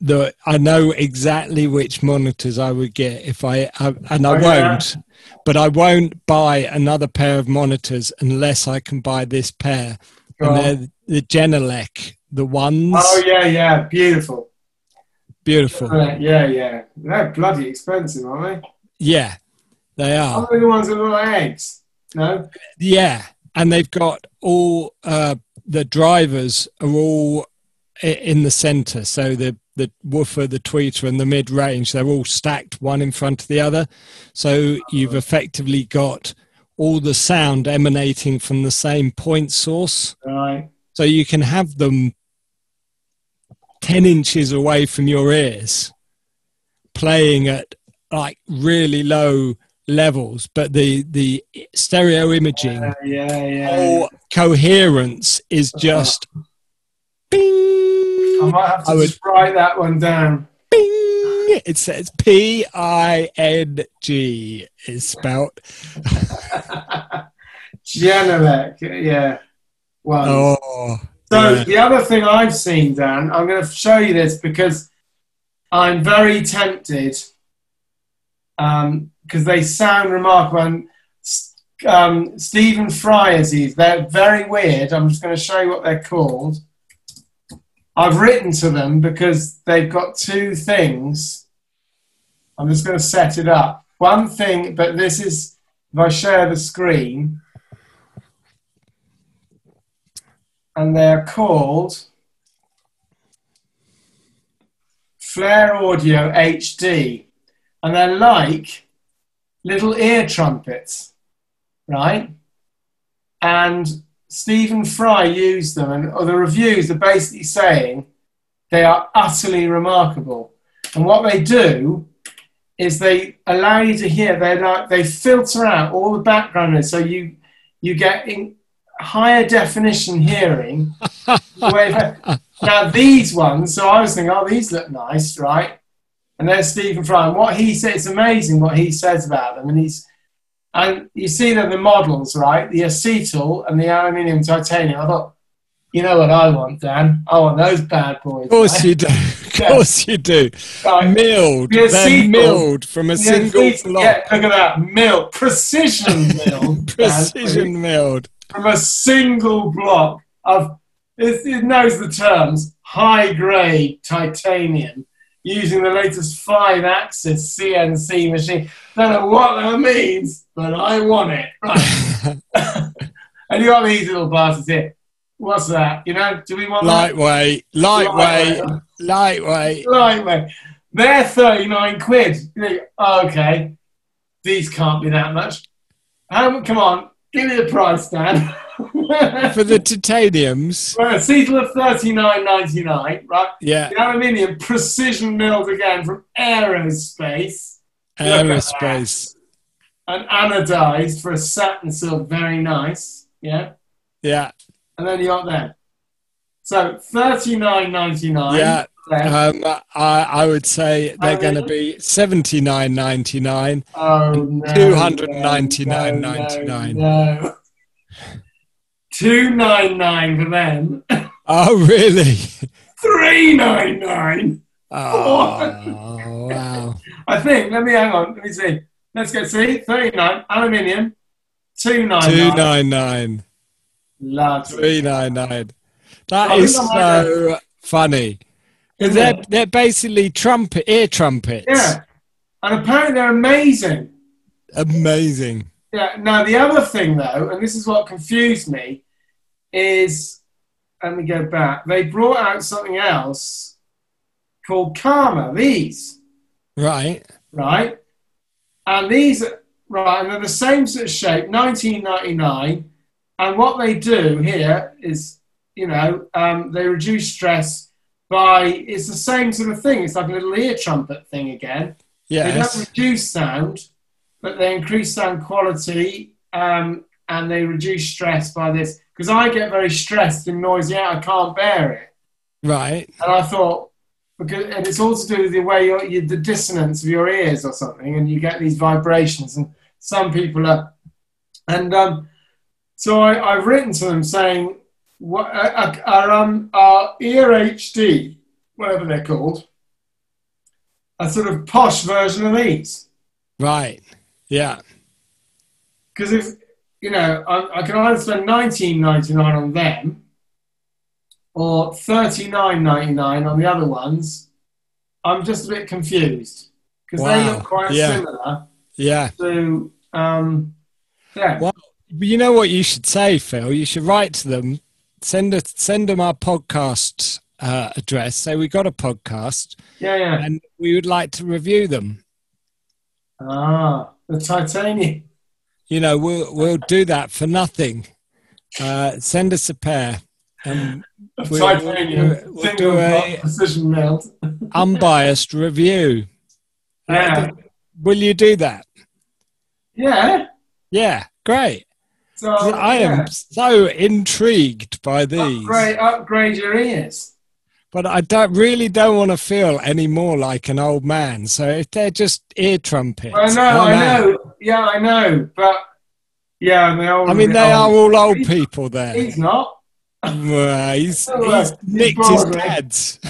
B: the I know exactly which monitors I would get if I, I and I
A: Oh, yeah.
B: won't, but I won't buy another pair of monitors unless I can buy this pair,
A: Go
B: and
A: on.
B: they're the Genelec, the ones
A: Oh yeah, yeah. Beautiful.
B: beautiful,
A: Yeah, yeah, yeah. They're bloody expensive, aren't they?
B: yeah, they are.
A: Aren't they the ones with all the eggs? No.
B: Yeah, and they've got all uh, the drivers are all i- in the center. So the the woofer, the tweeter, and the mid range they're all stacked one in front of the other. So you've effectively got all the sound emanating from the same point source.
A: Right.
B: So you can have them ten inches away from your ears, playing at like really low levels, but the the stereo imaging
A: Yeah, Uh, yeah, yeah.
B: whole Oh, coherence is just bing,
A: I might have to
B: I would-
A: just write that one down.
B: bing. It says P I N G is spelt.
A: Genelec. Yeah. One.
B: Oh,
A: So
B: yeah.
A: the other thing I've seen, Dan, I'm going to show you this because I'm very tempted because they sound remarkable. And S- um, Stephen Fryer's, these, they're very weird. I'm just going to show you what they're called. I've written to them because they've got two things. I'm just going to set it up. One thing, but this is if I share the screen, and they're called Flare Audio HD, and they're like little ear trumpets, right? And Stephen Fry used them, and other reviews are basically saying they are utterly remarkable. And what they do is they allow you to hear. They like they filter out all the background noise, so you you get in higher definition
B: *laughs*
A: hearing. Where- now these ones, so I was thinking, oh, these look nice, right? And there's Stephen Fry, and what he says, it's amazing what he says about them, and he's. And you see that the models, right? The acetyl and the aluminium titanium. I thought, you know what I want, Dan? I want those bad boys.
B: of course
A: right?
B: you do. Of course you do.
A: Right.
B: Milled.
A: Yes,
B: They're
A: sequel.
B: milled from a
A: Yeah,
B: single
A: please,
B: block.
A: yeah, look at that mill, precision
B: *laughs*
A: mill, Dan,
B: Precision milled.
A: from a single block of it, it knows the terms high grade titanium using the latest five axis CNC machine. Don't know what that means, but I want it.
B: *laughs*
A: Right. and you got these little bastards here. What's that? You know, do we want that?
B: Lightweight. Lightweight.
A: Lightweight.
B: Lightweight.
A: Lightweight. They're 39 quid. You think, oh, okay, these can't be that much. Um, come on, give me the price, Dan. *laughs* For
B: For the titaniums.
A: a seatal of 39.99, right?
B: Yeah.
A: The aluminium precision milled again from aerospace at that.
B: Aerospace.
A: and anodized for a satin silk, very nice. Yeah.
B: Yeah.
A: And then you got them. So 39.99.
B: Yeah.
A: there.
B: Um, I, I would say they're
A: Oh,
B: going to be seventy nine ninety nine.
A: Oh, no, No,
B: $299.99.
A: no, no. Two nine nine for them. *laughs*
B: Oh, really?
A: Three nine nine. *laughs*
B: Oh, wow!
A: I think. Let me hang on. Let me see. Let's go see. Thirty nine aluminium. Two
B: Two
A: nine nine.
B: nine nine,
A: Lovely.
B: three nine nine. That
A: Oh,
B: is
A: look at
B: so funny. 'Cause
A: Isn't
B: They're
A: it?
B: they're basically trumpet ear trumpets.
A: Yeah. And apparently they're amazing.
B: Amazing.
A: Yeah. Now the other thing though, and this is what confused me, is let me go back. They brought out something else called Karma. These
B: Right.
A: right? And these, right, and they're the same sort of shape, 1999. And what they do here is, you know, um, they reduce stress by, it's the same sort of thing. It's like a little ear trumpet thing again. They
B: Yes.
A: don't reduce sound, but they increase sound quality um, and they reduce stress by this. Because I get very stressed and noisy out, I can't bear it.
B: Right.
A: And I thought, because, and it's all to do with the way your, your, the dissonance of your ears or something, and you get these vibrations. And some people are, and um, so I, I've written to them saying, what, uh, uh, our, um, our ear HD, whatever they're called, a sort of posh version of these,
B: Right. Yeah.
A: because if you know, I, I can either spend nineteen ninety nine on them. Or thirty nine ninety nine on the other ones, I'm just a bit confused because they
B: Wow,
A: look quite
B: yeah.
A: similar
B: Yeah.
A: to um, yeah.
B: Well- But you know what you should say, Phil? You should write to them, send a, send them our podcast uh, address. Say we got a podcast,
A: yeah, yeah.
B: and we would like to review them.
A: Ah, the titanium.
B: You know, we'll we'll do that for nothing. Uh, send us a pair, and
A: The
B: We'll-
A: titanium
B: we'll- we'll
A: single
B: do
A: block
B: a-
A: precision melt.
B: unbiased review.
A: Yeah,
B: Will you do that?
A: yeah.
B: Yeah, great.
A: So
B: I am
A: Oh, yeah. Oh,
B: so intrigued by these,
A: upgrade, upgrade your ears.
B: but I don't, really don't want to feel any more like an old man. So if they're just ear trumpets,
A: I know,
B: I'm
A: I
B: out.
A: know. Yeah, I know. But yeah, they all.
B: I mean, they are all old people there.
A: He's not.
B: Well, he's,
A: No way.
B: he's
A: He's
B: nicked his
A: bored, eh?
B: dad's.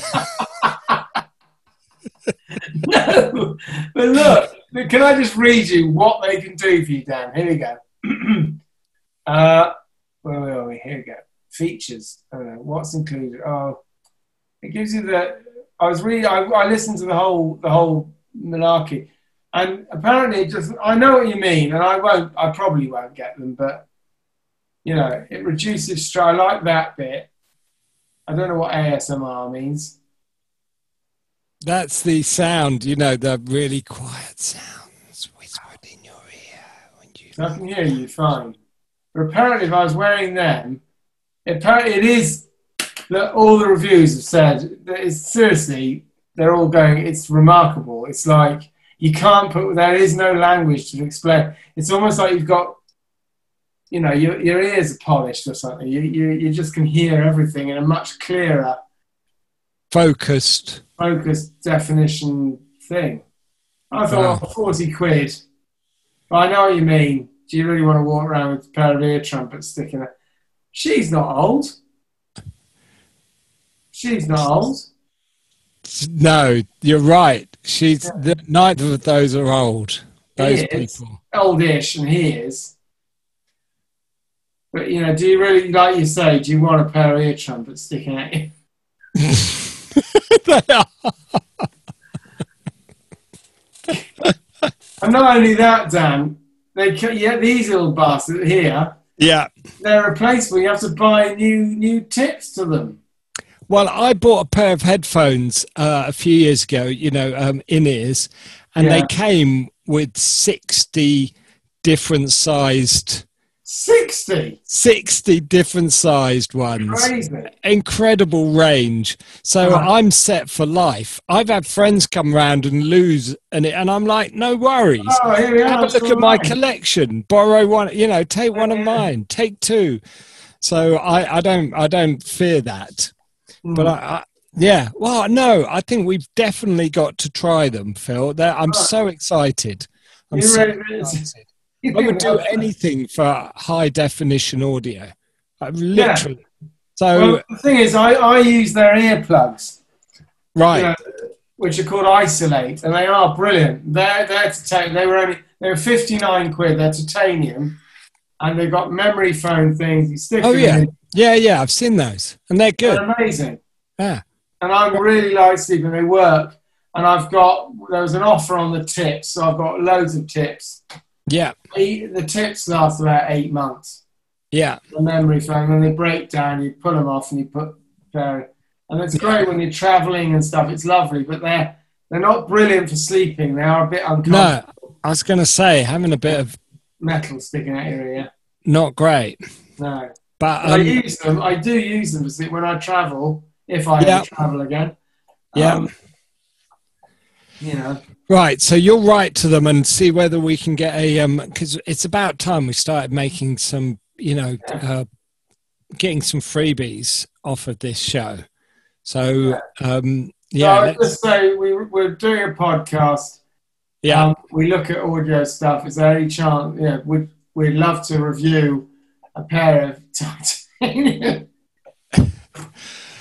A: No, *laughs* but look, can I just read you what they can do for you, Dan? Here we go. *clears throat* uh, where are we? Here we go. Features. I don't know. What's included? Oh, it gives you the. I was really. I, I listened to the whole the whole malarkey, and apparently, it just I know what you mean, and I won't. I probably won't get them, but you know, it reduces stress. I like that bit. I don't know what ASMR means.
B: That's the sound, you know, the really quiet sounds whispered in your ear when you.
A: I can hear you fine. But apparently, if I was wearing them, apparently it is that all the reviews have said that it's seriously, they're all going, it's remarkable. It's like you can't put, there is no language to explain. It's almost like you've got, you know, your, your ears are polished or something. You, you, you just can hear everything in a much clearer,
B: Focused.
A: focused definition thing. I thought,
B: Wow.
A: 40 quid. But I know what you mean. Do you really want to walk around with a pair of ear trumpets sticking out? She's not old. She's not old.
B: No, you're right. She's the, neither of those are old. Those
A: Yes.
B: people. *laughs*
A: Oldish, and he is. But, you know, do you really, like you say, do you want a pair of ear trumpets sticking out? *laughs* you?
B: They are.
A: And not only that, Dan, they, ca- yeah, these little bastards here,
B: Yeah.
A: they're replaceable. You have to buy new new tips to them.
B: Well, I bought a pair of headphones uh, a few years ago, you know, um, in ears, and
A: Yeah.
B: they came with 60 different sized,
A: 60!
B: 60 different sized ones.
A: Crazy.
B: Incredible range. So
A: Right.
B: I'm set for life. I've had friends come round and lose, and, it, and I'm like, no worries.
A: Oh, here we are.
B: Have a
A: that's
B: look
A: all
B: at my
A: right.
B: collection. Borrow one, you know, take one of
A: Yeah.
B: mine, take two. So I, I don't, I don't fear that.
A: Hmm.
B: But I,
A: Mm.
B: I, yeah, well, no, I think we've definitely got to try them, Phil. They're, I'm so excited. I'm
A: You
B: so
A: really-
B: excited.
A: You
B: I would
A: *laughs*
B: do
A: love that.
B: anything for high definition audio. I literally. So
A: Well, the thing is, I, I use their earplugs, you
B: right,
A: know, which are called Isolate, and they are brilliant. They're they're titanium. They were only they were fifty nine quid. They're titanium, and they've got memory foam things. You stick
B: Oh,
A: them
B: yeah.
A: in.
B: yeah, yeah, I've seen those, and they're good.
A: They're amazing,
B: Yeah,
A: and I really like sleeping. They work, and I've got there was an offer on the tips, so I've got loads of tips.
B: yeah,
A: The the tips last about eight months.
B: yeah.
A: the memory foam and they break down, you pull them off and you put pair. and it's great when you're traveling and stuff. It's lovely, but they're they're not brilliant for sleeping. They are a bit uncomfortable.
B: No, I was going to say having a bit of
A: Metal sticking out your ear.
B: not great,
A: No,
B: but
A: I
B: um,
A: use them. I do use them see, when I travel, if I ever
B: Yeah.
A: travel again.
B: Yeah.
A: Um, you know,
B: right. So you'll write to them and see whether we can get a um because it's about time we started making some, you know, uh, getting some freebies off of this show. So um, yeah,
A: so I
B: let-
A: just say we, we're doing a podcast.
B: yeah,
A: Um, we look at audio stuff. Is there any chance? Yeah, we'd, we'd love to review a pair of *laughs* titanium.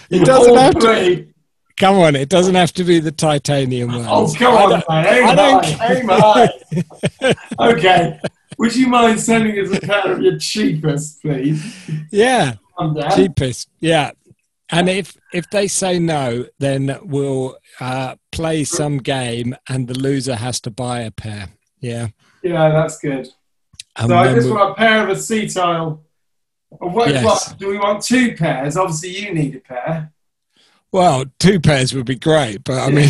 B: It doesn't
A: All
B: have to-
A: three.
B: come on, it doesn't have to be the titanium ones.
A: Oh, come
B: I
A: on,
B: don't-
A: man. Aim
B: I don't
A: high, aim high. okay. Would you mind sending us a pair of your cheapest, please?
B: yeah.
A: Come down.
B: cheapest yeah and if if they say no then we'll uh, play some game and the loser has to buy a pair yeah
A: Yeah, that's good.
B: and
A: so I
B: then
A: just
B: we'll-
A: want a pair of acetile. Or What,
B: Yes.
A: what, do we want two pairs? Obviously, you need a pair. *laughs*
B: well two pairs would be great but i mean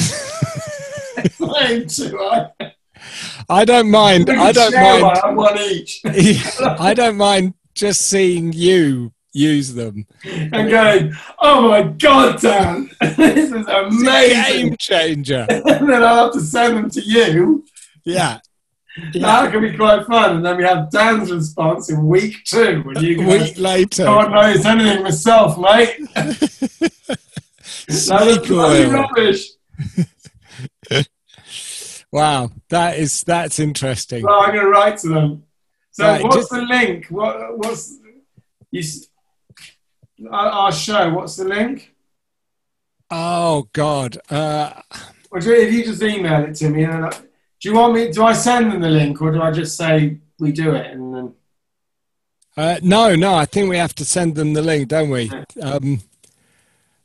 A: Aim too high.
B: *laughs* i don't mind
A: We
B: i
A: can
B: don't
A: share
B: mind
A: One, one each.
B: *laughs* i don't mind just seeing you use them
A: and going, oh my god, Dan, *laughs* this is
B: It's a
A: amazing. *laughs*
B: game changer
A: And then I'll have to send them to you. *laughs*
B: yeah yeah
A: That could be quite fun. And then we have Dan's response in week two when you
B: a
A: go,
B: week later
A: God knows anything myself, mate. That was
B: snake
A: bloody
B: oil
A: rubbish.
B: wow that is that's interesting
A: Well, I'm going to write to them. So
B: Right,
A: what's
B: just-
A: the link? What, what's you, s- our our show? What's the link?
B: oh god uh
A: Or do, if you just email it to me, and I, do you want me? Do I send them the link, or do I just say we do it? And then
B: Uh, no, no, I think we have to send them the link, don't we? Um,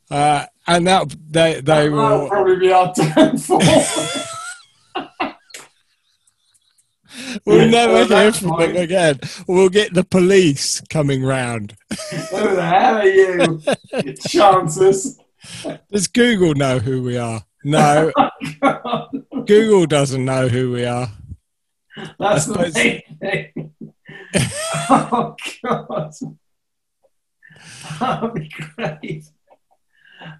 B: uh, and that they they
A: that'll *laughs*
B: will.
A: probably be our downfall.
B: We'll
A: Yeah,
B: never
A: well,
B: hear
A: that's
B: from
A: fine.
B: them again. We'll get the police coming round.
A: Who the hell are you? Your chances. *laughs*
B: Does Google know who we are? No,
A: That's
B: Google doesn't know who we are.
A: the
B: suppose-
A: main thing. *laughs* oh God, that'll be great.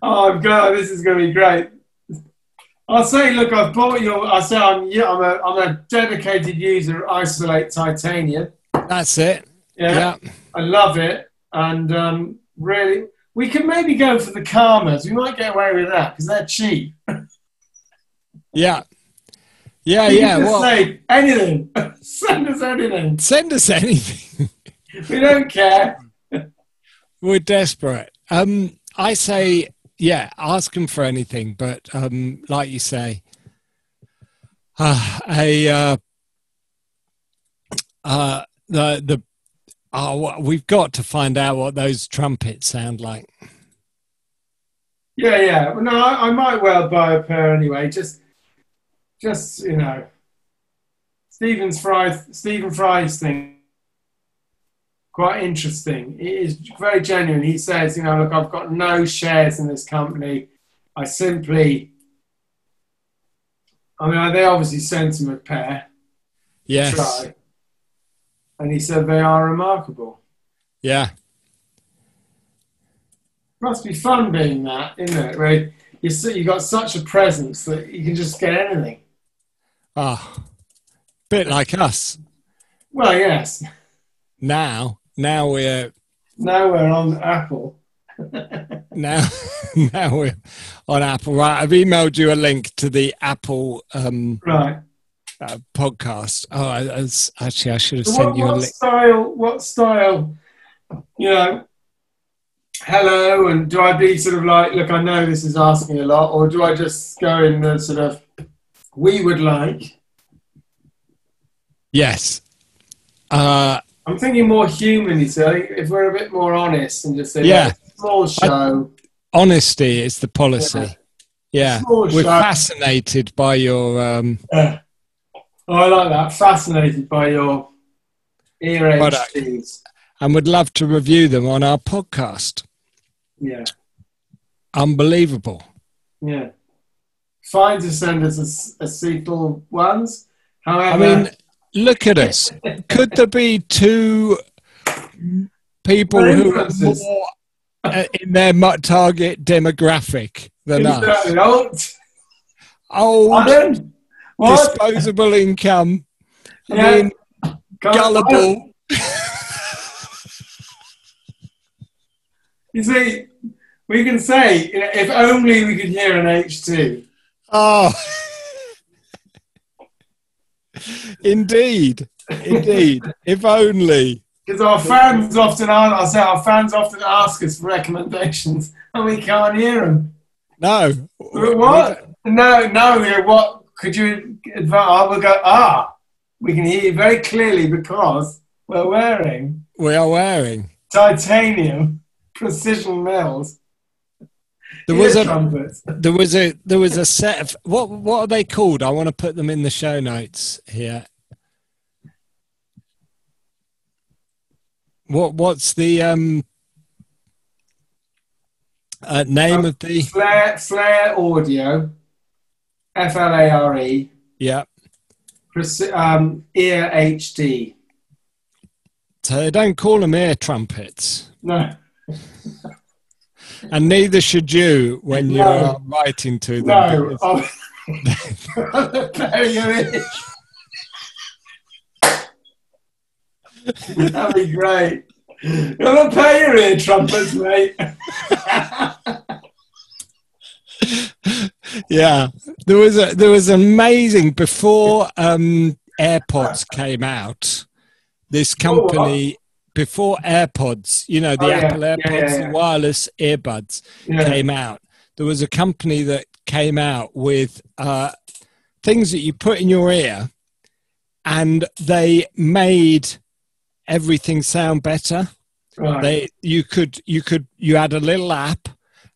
A: Oh God, this is going to be great. I'll say, look, I've bought your. I say, I'm, yeah, I'm a, I'm a dedicated user. of Isolate Titanium.
B: That's it.
A: yeah.
B: Yeah,
A: I love it, and um, really, we could maybe go for the Karmas. We might get away with that because they're cheap.
B: yeah, yeah,
A: You
B: yeah.
A: can just
B: Well,
A: say anything. *laughs* Send us anything.
B: send us *laughs* anything.
A: We don't care.
B: We're desperate. Um, I say, yeah, ask them for anything, but um, like you say, *sighs* uh, a uh, uh, the the oh, wha- we've got to find out what those trumpets sound like.
A: Yeah, yeah. Well, no, I, I might well buy a pair anyway. Just, just you know, Stephen's fry, Stephen Fry's thing. Quite interesting. It is very genuine. He says, you know, look, I've got no shares in this company. I simply, I mean, they obviously sent him a pair.
B: Yes,
A: Try. And he said they are remarkable.
B: yeah,
A: Must be fun being that, isn't it? Where you see, you got such a presence that you can just get anything.
B: oh, bit like us
A: Well, yes.
B: now. Now we're
A: Now we're on Apple.
B: now *laughs* now we're on Apple. Right, I've emailed you a link to the Apple. Um,
A: Right.
B: uh, podcast. Oh, I, I was, actually, I should have
A: So
B: sent
A: what,
B: you a
A: what
B: link.
A: style? What style? You know, hello, and do I be sort of like, look, I know this is asking a lot, or do I just go in the sort of, we would like?
B: Yes. Uh,
A: I'm thinking more humanly, so I think if we're a bit more honest and just say,
B: Yeah.
A: "Look, small show,
B: honesty is the policy. Yeah.
A: small
B: We're
A: show.
B: fascinated by your. Um,
A: Yeah. Oh, I like that. Fascinated by your ear
B: Product.
A: HTs.
B: and would love to review them on our podcast.
A: Yeah.
B: unbelievable.
A: Yeah. Fine to send us ac- acetyl ones.
B: I
A: However,
B: mean, look at us.
A: *laughs*
B: Could there be two people who are
A: Influences.
B: more uh, in their mu- target demographic than us?
A: exactly. Alt.
B: Old,
A: Pardon? What?
B: disposable income. I
A: Yeah.
B: mean,
A: Can't-
B: gullible.
A: You see, we can say, you know, if only we could hear an H2.
B: Oh. *laughs* Indeed. Indeed. If only.
A: Because our fans often aren't, I say our fans often ask us for recommendations and we can't hear them.
B: No.
A: What? No, no, you know, what could you advise? I will go, ah, we can hear you very clearly because we're wearing
B: We are wearing.
A: titanium *laughs* precision mills.
B: There was
A: ear
B: a
A: trumpets.
B: There was a there was a set of what what are they called? I want to put them in the show notes here. What what's the um uh, name of the
A: Flare, Flare Audio, F L A R E,
B: yeah?
A: preci- um, Ear HD.
B: So they don't call them ear trumpets,
A: No,
B: and neither should you when you
A: No.
B: are writing to them.
A: no.
B: because
A: Oh. Bury your ears. That'd be great. You're not pay your ear trumpets, mate. *laughs*
B: yeah, there was a there was amazing before um, AirPods came out. This
A: Before what?
B: company before AirPods, you know, the
A: Oh, yeah.
B: Apple
A: Yeah,
B: AirPods,
A: yeah, yeah.
B: the wireless earbuds
A: Yeah.
B: came out. There was a company that came out with uh, things that you put in your ear, and they made everything sound better
A: Right.
B: they you could you could you had a little app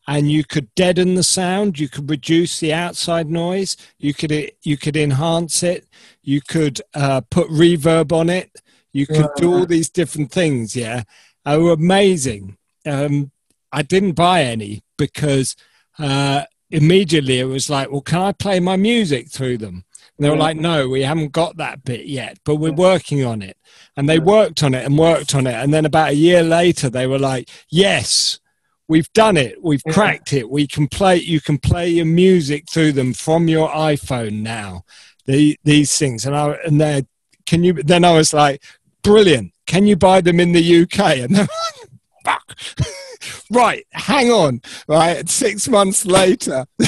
B: and you could deaden the sound you could reduce the outside noise you could you could enhance it you could uh, put reverb on it you could do all these different things yeah they were amazing um, i didn't buy any because uh, immediately it was like well can i play my music through them and they were
A: Yeah.
B: like no we haven't got that bit yet but we're working on it and they worked on it and worked on it and then about a year later they were like yes we've done it we've
A: Yeah.
B: cracked it we can play you can play your music through them from your iphone now the, these things and i and they can you then i was like brilliant can you buy them in the uk and they're like fuck *laughs* right hang on right six months later *laughs*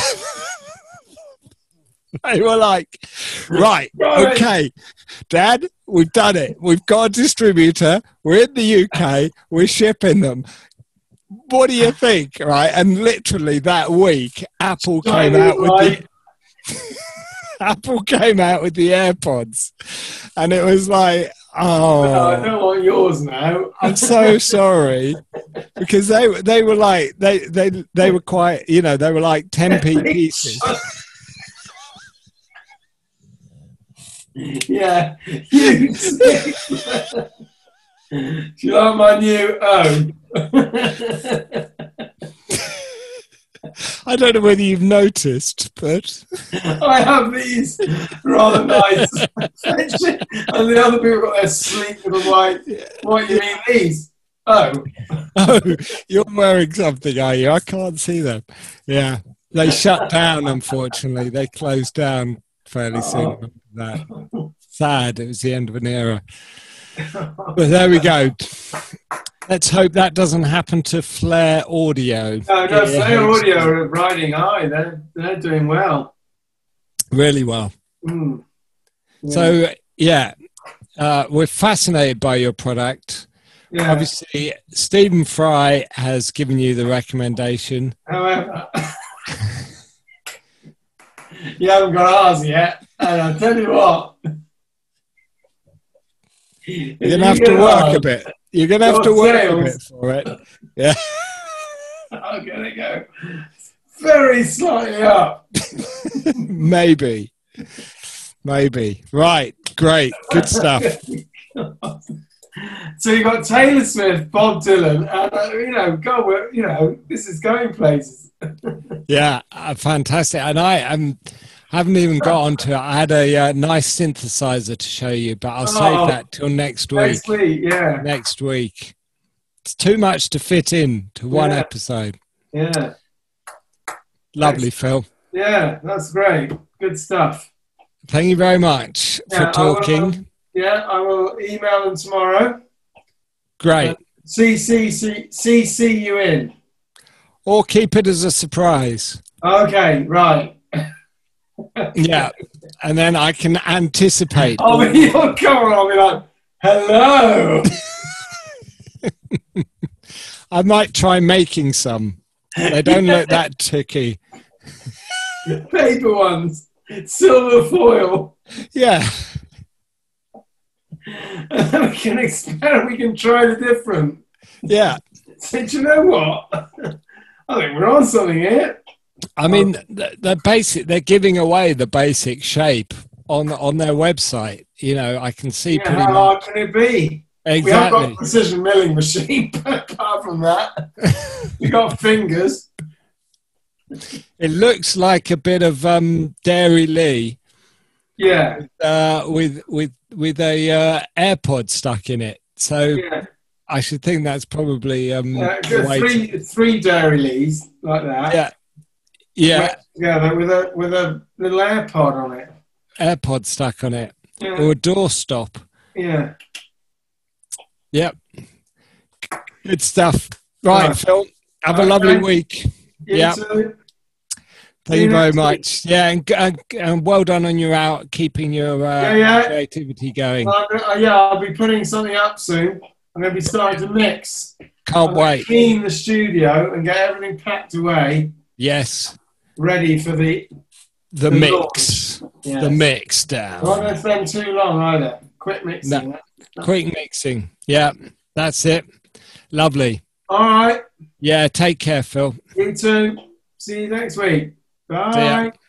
B: they were like right
A: Right.
B: okay Dad, we've done it. We've got a distributor. We're in the UK. We're shipping them. What do you think? Right. And literally that week, Apple came
A: Shiny
B: out with
A: light.
B: the *laughs* Apple came out with the AirPods. And it was like,
A: No, I
B: oh
A: don't want yours now.
B: I'm so sorry. Because they were- they were like they they they were quite you know, they were like ten p pieces.
A: *laughs* yeah. You *laughs* sick. Do you like my new own? *laughs*
B: I don't know whether you've noticed, but
A: *laughs* I have these rather nice. and the other people got their sleek little white. What you mean these? Oh, *laughs*
B: *laughs* oh, you're wearing something, are you? I can't see them. Yeah, they shut down. Unfortunately, they closed down fairly soon. After that sad. It was the end of an era. But there we go. Let's hope that doesn't happen to Flare Audio.
A: no, no,
B: Yeah,
A: Flare
B: it's
A: Audio are riding high. They're, they're doing well.
B: Really well.
A: Mm. Yeah.
B: So yeah, uh, we're fascinated by your product.
A: yeah.
B: Obviously, Stephen Fry has given you the recommendation.
A: However, *laughs* you haven't got ours yet, and I tell you what, if
B: You're
A: you
B: gonna have
A: get
B: to work
A: ours,
B: a bit. You're gonna have to
A: Your
B: work a
A: sales.
B: bit for it. Yeah. *laughs*
A: I'm gonna go very slightly up.
B: Maybe. Maybe. Right. Great. Good stuff.
A: so you've got Taylor Swift, Bob Dylan, and, uh, you know, God, we're, you know, this is going places.
B: yeah, uh, fantastic. And I um, haven't even got onto it. I had a uh, nice synthesizer to show you, but I'll
A: Oh.
B: save that till next week.
A: Next week, yeah,
B: Next week. It's too much to fit in to one
A: Yeah.
B: episode.
A: yeah,
B: Lovely, Phil.
A: yeah. That's great. Good stuff.
B: Thank you very much
A: Yeah,
B: for
A: I will-
B: talking.
A: Yeah, I will email them tomorrow.
B: Great.
A: CCC CC you in.
B: Or keep it as a surprise.
A: Okay, right.
B: Yeah. And then I can anticipate.
A: I'll be *laughs* on camera. I'll be like, hello, *laughs*
B: I might try making some. They
A: *laughs*
B: don't look that tricky.
A: paper ones, silver foil. *laughs*
B: Yeah.
A: And then we can *laughs* experiment. We can try the different.
B: Yeah.
A: So, do you know what? *laughs* I think we're on something here. Oh.
B: I mean, th- they're basic. They're giving away the basic shape on on their website. You know, I can see
A: Yeah,
B: pretty
A: how hard
B: much
A: can it be? We have got a
B: exactly.
A: precision milling machine, *laughs* but apart from that,
B: *laughs*
A: we got fingers.
B: It looks like a bit of um, Dairy Lee
A: Yeah,
B: uh, with with with a uh, AirPod stuck in it. So
A: yeah.
B: I should think that's probably um,
A: Uh,
B: the way to-
A: three, three dairy leaves like that.
B: Yeah. yeah,
A: wrapped together with a with a little AirPod on it.
B: AirPod stuck on it
A: Yeah,
B: or a doorstop.
A: yeah.
B: Yep, good stuff. Right,
A: Right.
B: Phil. Have a
A: Okay.
B: lovely week.
A: You
B: Yeah.
A: too.
B: Thank
A: See
B: you
A: you
B: very
A: next week.
B: much. Yeah, and, and, and well done on your out keeping your uh,
A: Yeah, yeah.
B: creativity going.
A: Well, I'm- uh, yeah, I'll be putting something up soon. I'm going to be starting to mix.
B: Can't
A: I'm gonna
B: Oh, wait.
A: Clean the studio and get everything packed away,
B: Yes,
A: ready for the.
B: the
A: The
B: mix,
A: Yeah.
B: the mix
A: I'm not
B: down,
A: going to spend too long either. Quit mixing.
B: quick mixing. Yeah, that's it. Lovely.
A: All right.
B: Yeah, take care, Phil.
A: You too. See you next week. Bye.
B: See ya.